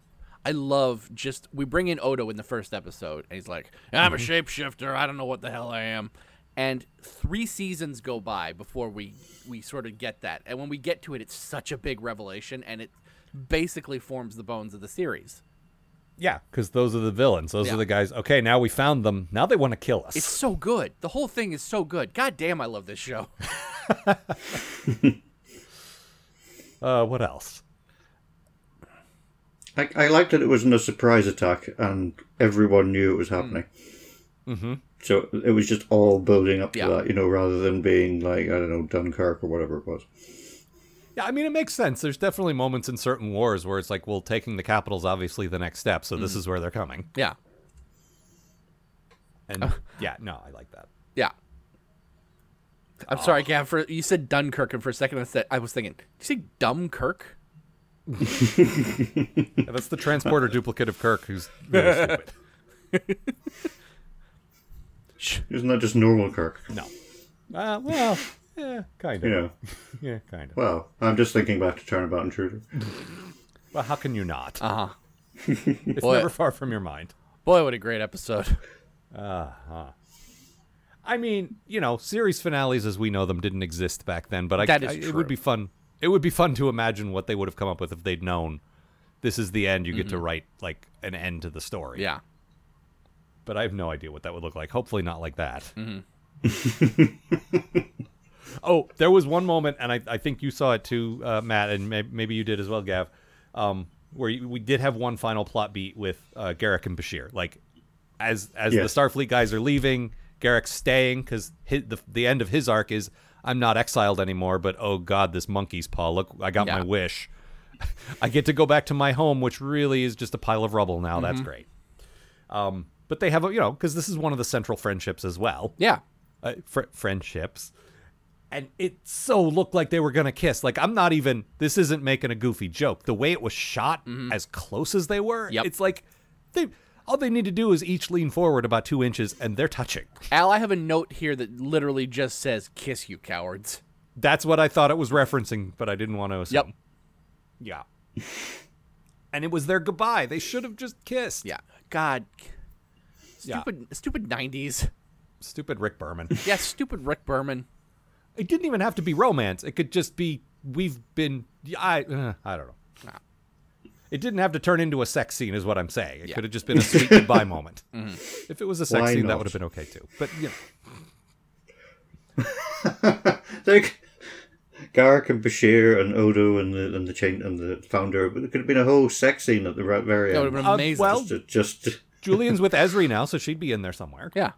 [SPEAKER 4] I love just we bring in Odo in the first episode and he's like, I'm a shapeshifter, I don't know what the hell I am. And three seasons go by before we we sort of get that. And when we get to it, it's such a big revelation and it basically forms the bones of the series.
[SPEAKER 3] Yeah, because those are the villains. Those
[SPEAKER 4] Yeah.
[SPEAKER 3] are the guys. Okay, now we found them. Now they want to kill us.
[SPEAKER 4] It's so good. The whole thing is so good. God damn, I love this show.
[SPEAKER 3] Uh, what else?
[SPEAKER 5] I, I liked that it wasn't a surprise attack and everyone knew it was happening. Mm-hmm. So it was just all building up to
[SPEAKER 4] Mm. Yeah.
[SPEAKER 5] that, you know, rather than being like, I don't know, Dunkirk or whatever it was.
[SPEAKER 3] Yeah, I mean, it makes sense. There's definitely moments in certain wars where it's like, well, taking the capital's obviously the next step, so
[SPEAKER 4] Mm.
[SPEAKER 3] this is where they're coming.
[SPEAKER 4] Yeah.
[SPEAKER 3] And
[SPEAKER 4] Oh.
[SPEAKER 3] yeah, no, I like that.
[SPEAKER 4] Yeah. I'm sorry, Gav. For you said Dunkirk, and for a second I said I was thinking, did you say Dumb Kirk?
[SPEAKER 3] Yeah, that's the transporter duplicate of Kirk, who's really stupid.
[SPEAKER 5] Isn't that just normal Kirk?
[SPEAKER 3] No. Uh, well, yeah, kind of.
[SPEAKER 5] You know,
[SPEAKER 3] Yeah, kind of.
[SPEAKER 5] well, I'm just thinking back to Turnabout Intruder.
[SPEAKER 3] Well, how can you not?
[SPEAKER 4] Uh huh.
[SPEAKER 3] it's
[SPEAKER 4] boy.
[SPEAKER 3] never far from your mind.
[SPEAKER 4] Boy, what a great episode.
[SPEAKER 3] I mean, you know, series finales as we know them didn't exist back then, but I,
[SPEAKER 4] That is
[SPEAKER 3] I- it
[SPEAKER 4] true.
[SPEAKER 3] would be fun. It would be fun to imagine what they would have come up with if they'd known this is the end. You get to
[SPEAKER 4] Mm-hmm.
[SPEAKER 3] write like an end to the story.
[SPEAKER 4] Yeah.
[SPEAKER 3] but I have no idea what that would look like. Hopefully, not like that. oh, there was one moment, and I, I think you saw it too, uh, Matt, and may, maybe you did as well, Gav, um, where you, we did have one final plot beat with uh, Garrick and Bashir. Like, as as
[SPEAKER 5] Yes.
[SPEAKER 3] the Starfleet guys are leaving, Garrick's staying because the the end of his arc is I'm not exiled anymore, but oh god, this monkey's paw. Look, I got my
[SPEAKER 4] Yeah.
[SPEAKER 3] wish. I get to go back to my home, which really is just a pile of rubble now. That's great. Um, but they have, a, you know, because this is one of the central friendships as well.
[SPEAKER 4] Yeah.
[SPEAKER 3] Uh, fr- friendships. And it so looked like they were going to kiss. Like, I'm not even, this isn't making a goofy joke. The way it was shot, as close as they were,
[SPEAKER 4] Mm-hmm. Yep.
[SPEAKER 3] it's like they. All they need to do is each lean forward about two inches, and they're touching.
[SPEAKER 4] Al, I have a note here that literally just says "kiss you cowards."
[SPEAKER 3] That's what I thought it was referencing, but I didn't want to assume.
[SPEAKER 4] Yep.
[SPEAKER 3] Yeah. and it was their goodbye. They should have just kissed.
[SPEAKER 4] Yeah. God.
[SPEAKER 3] Yeah.
[SPEAKER 4] Stupid. Stupid '90s.
[SPEAKER 3] Stupid Rick Berman.
[SPEAKER 4] Yeah. Stupid Rick Berman.
[SPEAKER 3] it didn't even have to be romance. It could just be we've been. I uh, I don't know. It didn't have to turn into a sex scene, is what I'm saying. It
[SPEAKER 4] Yeah. Mm-hmm.
[SPEAKER 3] could have just been a sweet goodbye moment. If it was a sex
[SPEAKER 5] Why
[SPEAKER 3] scene, that
[SPEAKER 5] not?
[SPEAKER 3] would have been okay too. But you know,
[SPEAKER 5] Like, Garrick and Bashir and Odo and the and the chain and the founder. But it could have been a whole sex scene at the right very
[SPEAKER 4] That would have
[SPEAKER 5] end.
[SPEAKER 4] been
[SPEAKER 3] Uh,
[SPEAKER 4] amazing.
[SPEAKER 3] well-
[SPEAKER 5] Just, just-
[SPEAKER 3] Julian's with Esri now, so she'd be in there somewhere.
[SPEAKER 4] yeah.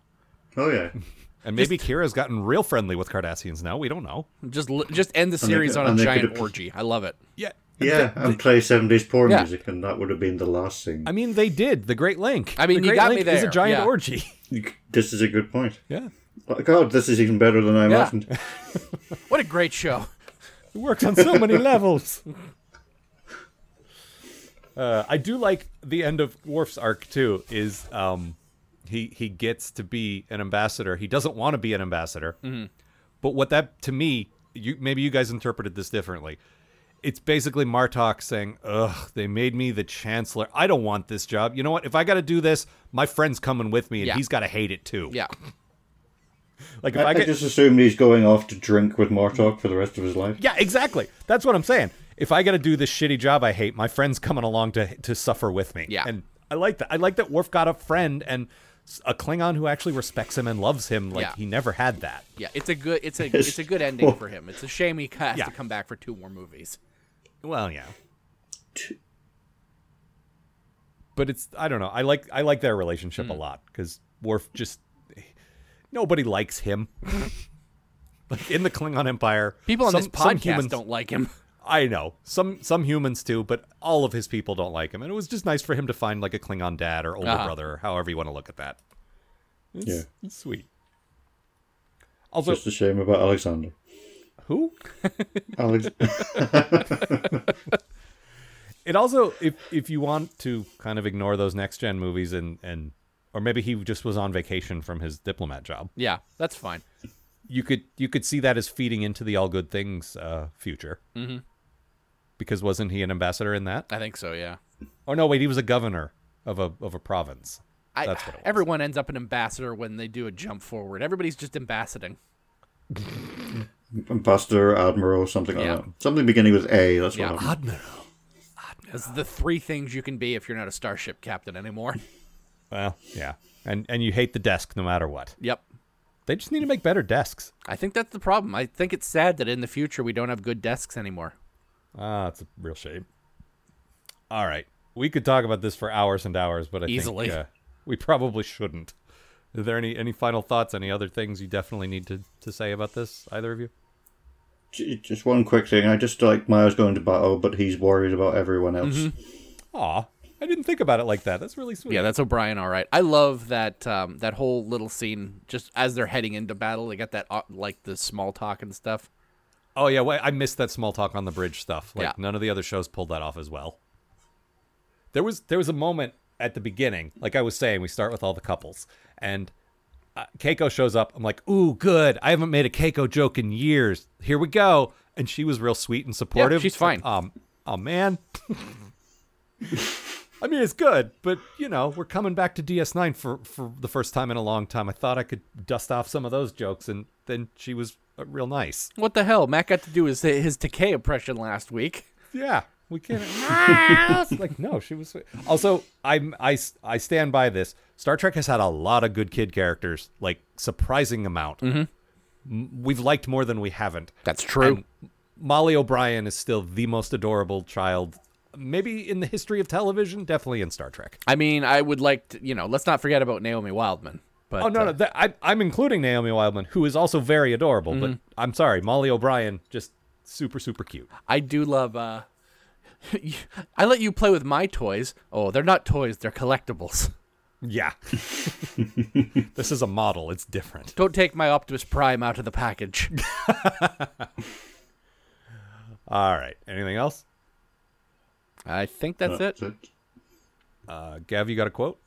[SPEAKER 5] oh yeah.
[SPEAKER 3] And maybe Kira's gotten real friendly with Cardassians now. We don't know.
[SPEAKER 4] Just li- just end the series
[SPEAKER 5] could-
[SPEAKER 4] on
[SPEAKER 5] and
[SPEAKER 4] a
[SPEAKER 5] they could
[SPEAKER 4] giant
[SPEAKER 5] have-
[SPEAKER 4] orgy. I love it.
[SPEAKER 3] Yeah.
[SPEAKER 5] Yeah, and play 70s porn
[SPEAKER 4] Yeah.
[SPEAKER 5] music, and that would have been the last scene.
[SPEAKER 3] I mean, they did the Great Link.
[SPEAKER 4] I mean,
[SPEAKER 3] the
[SPEAKER 4] you
[SPEAKER 3] Great
[SPEAKER 4] got me
[SPEAKER 3] Link is
[SPEAKER 4] there.
[SPEAKER 3] a giant
[SPEAKER 4] Yeah.
[SPEAKER 3] orgy.
[SPEAKER 5] This is a good point.
[SPEAKER 3] yeah,
[SPEAKER 5] Oh, God, this is even better than I
[SPEAKER 4] Yeah.
[SPEAKER 5] imagined.
[SPEAKER 4] What a great show.
[SPEAKER 3] It works on so many levels. Uh, I do like the end of Worf's arc too. Is um, he he gets to be an ambassador. He doesn't want to be an ambassador,
[SPEAKER 4] Mm-hmm.
[SPEAKER 3] but what that to me, you maybe you guys interpreted this differently. It's basically Martok saying, "Ugh, they made me the chancellor. I don't want this job. You know what? If I got to do this, my friend's coming with me, and
[SPEAKER 4] Yeah.
[SPEAKER 3] he's got to hate it too.
[SPEAKER 4] Yeah.
[SPEAKER 3] Like if
[SPEAKER 5] I,
[SPEAKER 3] I,
[SPEAKER 5] I
[SPEAKER 3] get,
[SPEAKER 5] just assumed he's going off to drink with Martok for the rest of his life.
[SPEAKER 3] Yeah, exactly. That's what I'm saying. If I got to do this shitty job I hate, my friend's coming along to to suffer with me.
[SPEAKER 4] Yeah.
[SPEAKER 3] and I like that. I like that Worf got a friend and s- a Klingon who actually respects him and loves him like
[SPEAKER 4] Yeah.
[SPEAKER 3] he never had that.
[SPEAKER 4] Yeah, it's a good it's a it's a good ending for him. It's a shame he has
[SPEAKER 3] Yeah.
[SPEAKER 4] to come back for two more movies.
[SPEAKER 3] Well, yeah,
[SPEAKER 5] T-
[SPEAKER 3] but it's I don't know. I like I like their relationship
[SPEAKER 4] Hmm.
[SPEAKER 3] a lot because Worf just nobody likes him. like in the Klingon Empire,
[SPEAKER 4] People on
[SPEAKER 3] some-
[SPEAKER 4] this
[SPEAKER 3] some
[SPEAKER 4] podcast
[SPEAKER 3] humans-
[SPEAKER 4] don't like him.
[SPEAKER 3] I know some some humans do, but all of his people don't like him, and it was just nice for him to find like a Klingon dad or older
[SPEAKER 4] Uh-huh.
[SPEAKER 3] brother, or however you want to look at that. It's,
[SPEAKER 5] Yeah.
[SPEAKER 3] it's sweet. Also,
[SPEAKER 5] Just a shame about Alexander.
[SPEAKER 3] who?
[SPEAKER 5] Alex-
[SPEAKER 3] It also, if if you want to kind of ignore those next gen movies and and or maybe he just was on vacation from his diplomat job,
[SPEAKER 4] Yeah, that's fine.
[SPEAKER 3] you could you could see that as feeding into the all good things uh, future. Mm-hmm. Because wasn't he an ambassador in that?
[SPEAKER 4] I think so, yeah.
[SPEAKER 3] Oh no, wait, he was a governor of a of a province.
[SPEAKER 4] I,
[SPEAKER 3] That's what it was.
[SPEAKER 4] Everyone ends up an ambassador when they do a jump forward. Everybody's just ambassading.
[SPEAKER 5] Ambassador, Admiral, something
[SPEAKER 4] Yeah.
[SPEAKER 5] like that. Something beginning with A, that's
[SPEAKER 4] Yeah.
[SPEAKER 5] what happened.
[SPEAKER 4] As the three things you can be if you're not a starship captain anymore.
[SPEAKER 3] Well, yeah. And and you hate the desk no matter what.
[SPEAKER 4] yep.
[SPEAKER 3] They just need to make better desks.
[SPEAKER 4] I think that's the problem. I think it's sad that in the future we don't have good desks anymore.
[SPEAKER 3] Ah, it's a real shame. All right. We could talk about this for hours and hours, but I
[SPEAKER 4] Easily.
[SPEAKER 3] think uh, we probably shouldn't. Are there any, any final thoughts, any other things you definitely need to, to say about this, either of you?
[SPEAKER 5] J- Just one quick thing. I just like Miles going to battle, but he's worried about everyone else.
[SPEAKER 4] Mm-hmm.
[SPEAKER 3] Aw, I didn't think about it like that. That's really sweet.
[SPEAKER 4] Yeah, that's O'Brien. All right, I love that um, that whole little scene just as they're heading into battle. They got that uh, like the small talk and stuff.
[SPEAKER 3] Oh, yeah, wait, I missed that small talk on the bridge stuff. Like,
[SPEAKER 4] Yeah.
[SPEAKER 3] none of the other shows pulled that off as well. There was there was a moment at the beginning, like I was saying, we start with all the couples, and uh, Keiko shows up. I'm like, ooh, good. I haven't made a Keiko joke in years. Here we go. And she was real sweet and supportive.
[SPEAKER 4] she's fine.
[SPEAKER 3] Um, oh man. I mean, it's good, but you know, we're coming back to DS9 for for the first time in a long time. I thought I could dust off some of those jokes, and then she was uh, real nice.
[SPEAKER 4] What the hell? Matt got to do his his decay impression last week.
[SPEAKER 3] yeah we can't It's like no she was also i'm I, s- I stand by this star trek has had a lot of good kid characters like surprising amount
[SPEAKER 4] Mm-hmm.
[SPEAKER 3] M- we've liked more than we haven't
[SPEAKER 4] That's true.
[SPEAKER 3] molly o'brien is still the most adorable child maybe in the history of television definitely in star trek
[SPEAKER 4] I mean, I would like to, you know, let's not forget about Naomi Wildman. But
[SPEAKER 3] oh no
[SPEAKER 4] uh,
[SPEAKER 3] no that, I, i'm including naomi wildman who is also very adorable but
[SPEAKER 4] Mm-hmm.
[SPEAKER 3] i'm sorry molly o'brien just super super cute
[SPEAKER 4] I do love. uh I let you play with my toys. Oh, they're not toys; they're collectibles.
[SPEAKER 3] yeah this is a model it's different
[SPEAKER 4] Don't take my Optimus Prime out of the package.
[SPEAKER 3] All right. Anything else?
[SPEAKER 4] I think that's it.
[SPEAKER 5] That's it.
[SPEAKER 3] Uh, Gav, you got a quote?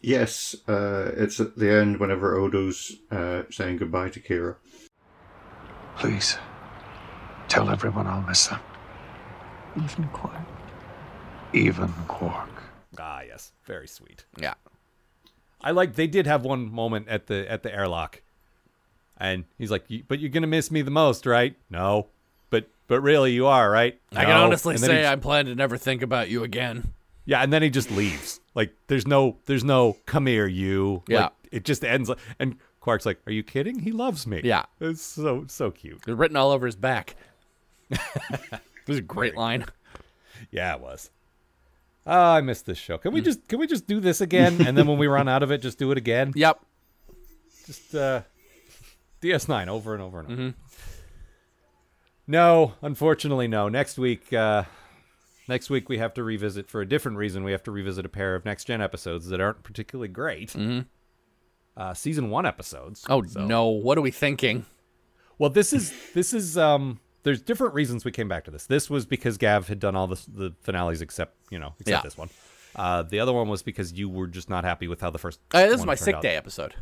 [SPEAKER 5] Yes, uh, it's at the end whenever Odo's uh, saying goodbye to Kira.
[SPEAKER 6] Please, tell everyone I'll miss them,
[SPEAKER 7] Even Quark.
[SPEAKER 6] even Quark.
[SPEAKER 3] Ah, yes. Very sweet.
[SPEAKER 4] Yeah.
[SPEAKER 3] I like. They did have one moment at the at the airlock, and he's like, "You- "But you're gonna miss me the most, right? No, but but really, you are, right?
[SPEAKER 4] I can
[SPEAKER 3] "No."
[SPEAKER 4] honestly
[SPEAKER 3] And then he
[SPEAKER 4] say
[SPEAKER 3] j-
[SPEAKER 4] I'm planning to never think about you again.
[SPEAKER 3] yeah." And then he just leaves. Like, there's no there's no come here, you.
[SPEAKER 4] Yeah.
[SPEAKER 3] Like, it just ends. Like, and Quark's like, "Are you kidding? He loves me.
[SPEAKER 4] Yeah.
[SPEAKER 3] It's so so cute.
[SPEAKER 4] It was written all over his back. it was a great line.
[SPEAKER 3] Yeah, it was. Ah, I missed this show. Can
[SPEAKER 4] Mm.
[SPEAKER 3] we just can we just do this again? And then when we run out of it, just do it again.
[SPEAKER 4] Yep.
[SPEAKER 3] just uh, DS9 over and over and
[SPEAKER 4] Mm-hmm.
[SPEAKER 3] over. No, unfortunately, no. Next week, uh, next week we have to revisit for a different reason. We have to revisit a pair of next gen episodes that aren't particularly great. Uh, season one episodes.
[SPEAKER 4] Mm-hmm. Oh no, what are we thinking?
[SPEAKER 3] Well, this is this is um. There's different reasons we came back to this. This was because Gav had done all the the finales except you know except
[SPEAKER 4] Yeah.
[SPEAKER 3] this one. Uh, the other one was because you were just not happy with how the first.
[SPEAKER 4] Uh, this is
[SPEAKER 3] one
[SPEAKER 4] my
[SPEAKER 3] turned
[SPEAKER 4] sick
[SPEAKER 3] out.
[SPEAKER 4] day episode.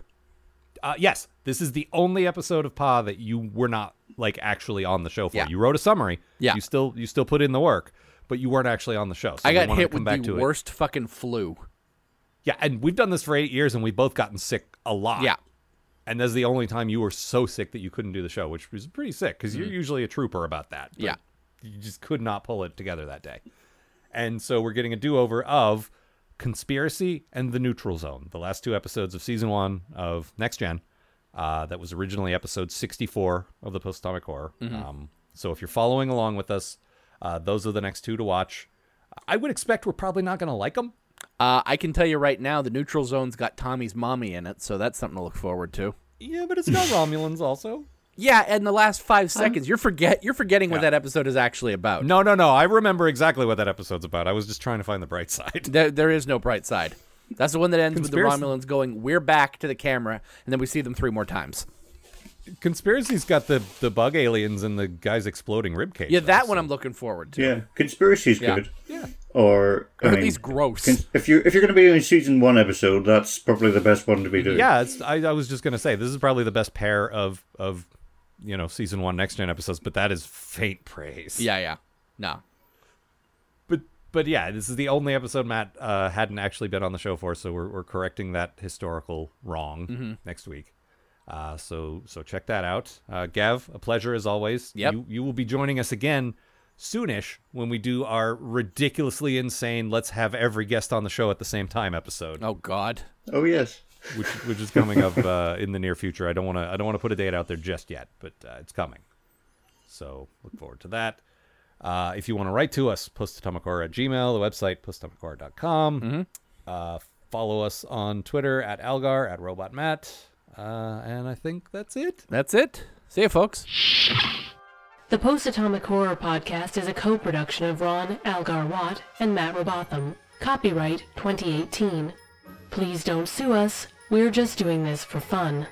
[SPEAKER 3] Uh, yes, this is the only episode of Pa that you were not like actually on the show for.
[SPEAKER 4] Yeah.
[SPEAKER 3] You wrote a summary.
[SPEAKER 4] Yeah.
[SPEAKER 3] You still you still put in the work, but you weren't actually on the show. So
[SPEAKER 4] I
[SPEAKER 3] we
[SPEAKER 4] got
[SPEAKER 3] wanted to
[SPEAKER 4] hit
[SPEAKER 3] come
[SPEAKER 4] with
[SPEAKER 3] back
[SPEAKER 4] the
[SPEAKER 3] to it.
[SPEAKER 4] worst fucking flu.
[SPEAKER 3] Yeah, and we've done this for eight years, and we've both gotten sick a lot.
[SPEAKER 4] Yeah.
[SPEAKER 3] And that's the only time you were so sick that you couldn't do the show, which was pretty sick because you're usually a trooper about that. but
[SPEAKER 4] Mm. Yeah.
[SPEAKER 3] You just could not pull it together that day. And so we're getting a do over of Conspiracy and The Neutral Zone, the last two episodes of season one of Next Gen. Uh, that was originally episode 64 of the Post Atomic Horror.
[SPEAKER 4] Mm-hmm.
[SPEAKER 3] Um, so if you're following along with us, uh, those are the next two to watch. I would expect we're probably not going to like them.
[SPEAKER 4] Uh, I can tell you right now, the neutral zone's got Tommy's mommy in it, so that's something to look forward to.
[SPEAKER 3] Yeah, but it's got Romulans also.
[SPEAKER 4] Yeah, and the last five seconds, you're forget you're forgetting what
[SPEAKER 3] Yeah.
[SPEAKER 4] that episode is actually about.
[SPEAKER 3] No, no, no. I remember exactly what that episode's about. I was just trying to find the bright side.
[SPEAKER 4] There, there is no bright side. That's the one that ends
[SPEAKER 3] Conspiracy-
[SPEAKER 4] with the Romulans going, "We're back" to the camera, and then we see them three more times.
[SPEAKER 3] Conspiracy's got the the bug aliens and the guys exploding rib cage.
[SPEAKER 4] Yeah,
[SPEAKER 3] though,
[SPEAKER 4] that one
[SPEAKER 3] so-
[SPEAKER 4] I'm looking forward to.
[SPEAKER 5] Yeah, conspiracy's
[SPEAKER 4] Yeah.
[SPEAKER 5] good. Yeah. Or I
[SPEAKER 4] Or at
[SPEAKER 5] mean,
[SPEAKER 4] least gross.
[SPEAKER 5] cons- if you if you're going to be doing season one episode, that's probably the best one to be doing.
[SPEAKER 3] Yeah, it's, I, I was just gonna say this is probably the best pair of of you know season one next gen episodes, but that is faint praise.
[SPEAKER 4] yeah, yeah. No.
[SPEAKER 3] but but yeah, this is the only episode Matt uh, hadn't actually been on the show for, so we're, we're correcting that historical wrong next week. Uh, so so check that out. Uh, Gav, a pleasure as always.
[SPEAKER 4] Yep.
[SPEAKER 3] You you will be joining us again soonish when we do our ridiculously insane let's have every guest on the show at the same time episode
[SPEAKER 4] Oh God.
[SPEAKER 5] Oh yes.
[SPEAKER 3] which which is coming up uh, in the near future. I don't want to I don't want to put a date out there just yet, but uh, it's coming. So look forward to that. Uh, if you want to write to us, postatomichorror at gmail, the website postatomichorror.com. Uh, follow us on Twitter at Algar at Robot Matt. Uh, and I think that's it.
[SPEAKER 4] That's it. See you, folks.
[SPEAKER 2] The Post Atomic Horror Podcast is a co production of Ron Algar Watt and Matt Robotham. Copyright 2018. Please don't sue us, we're just doing this for fun.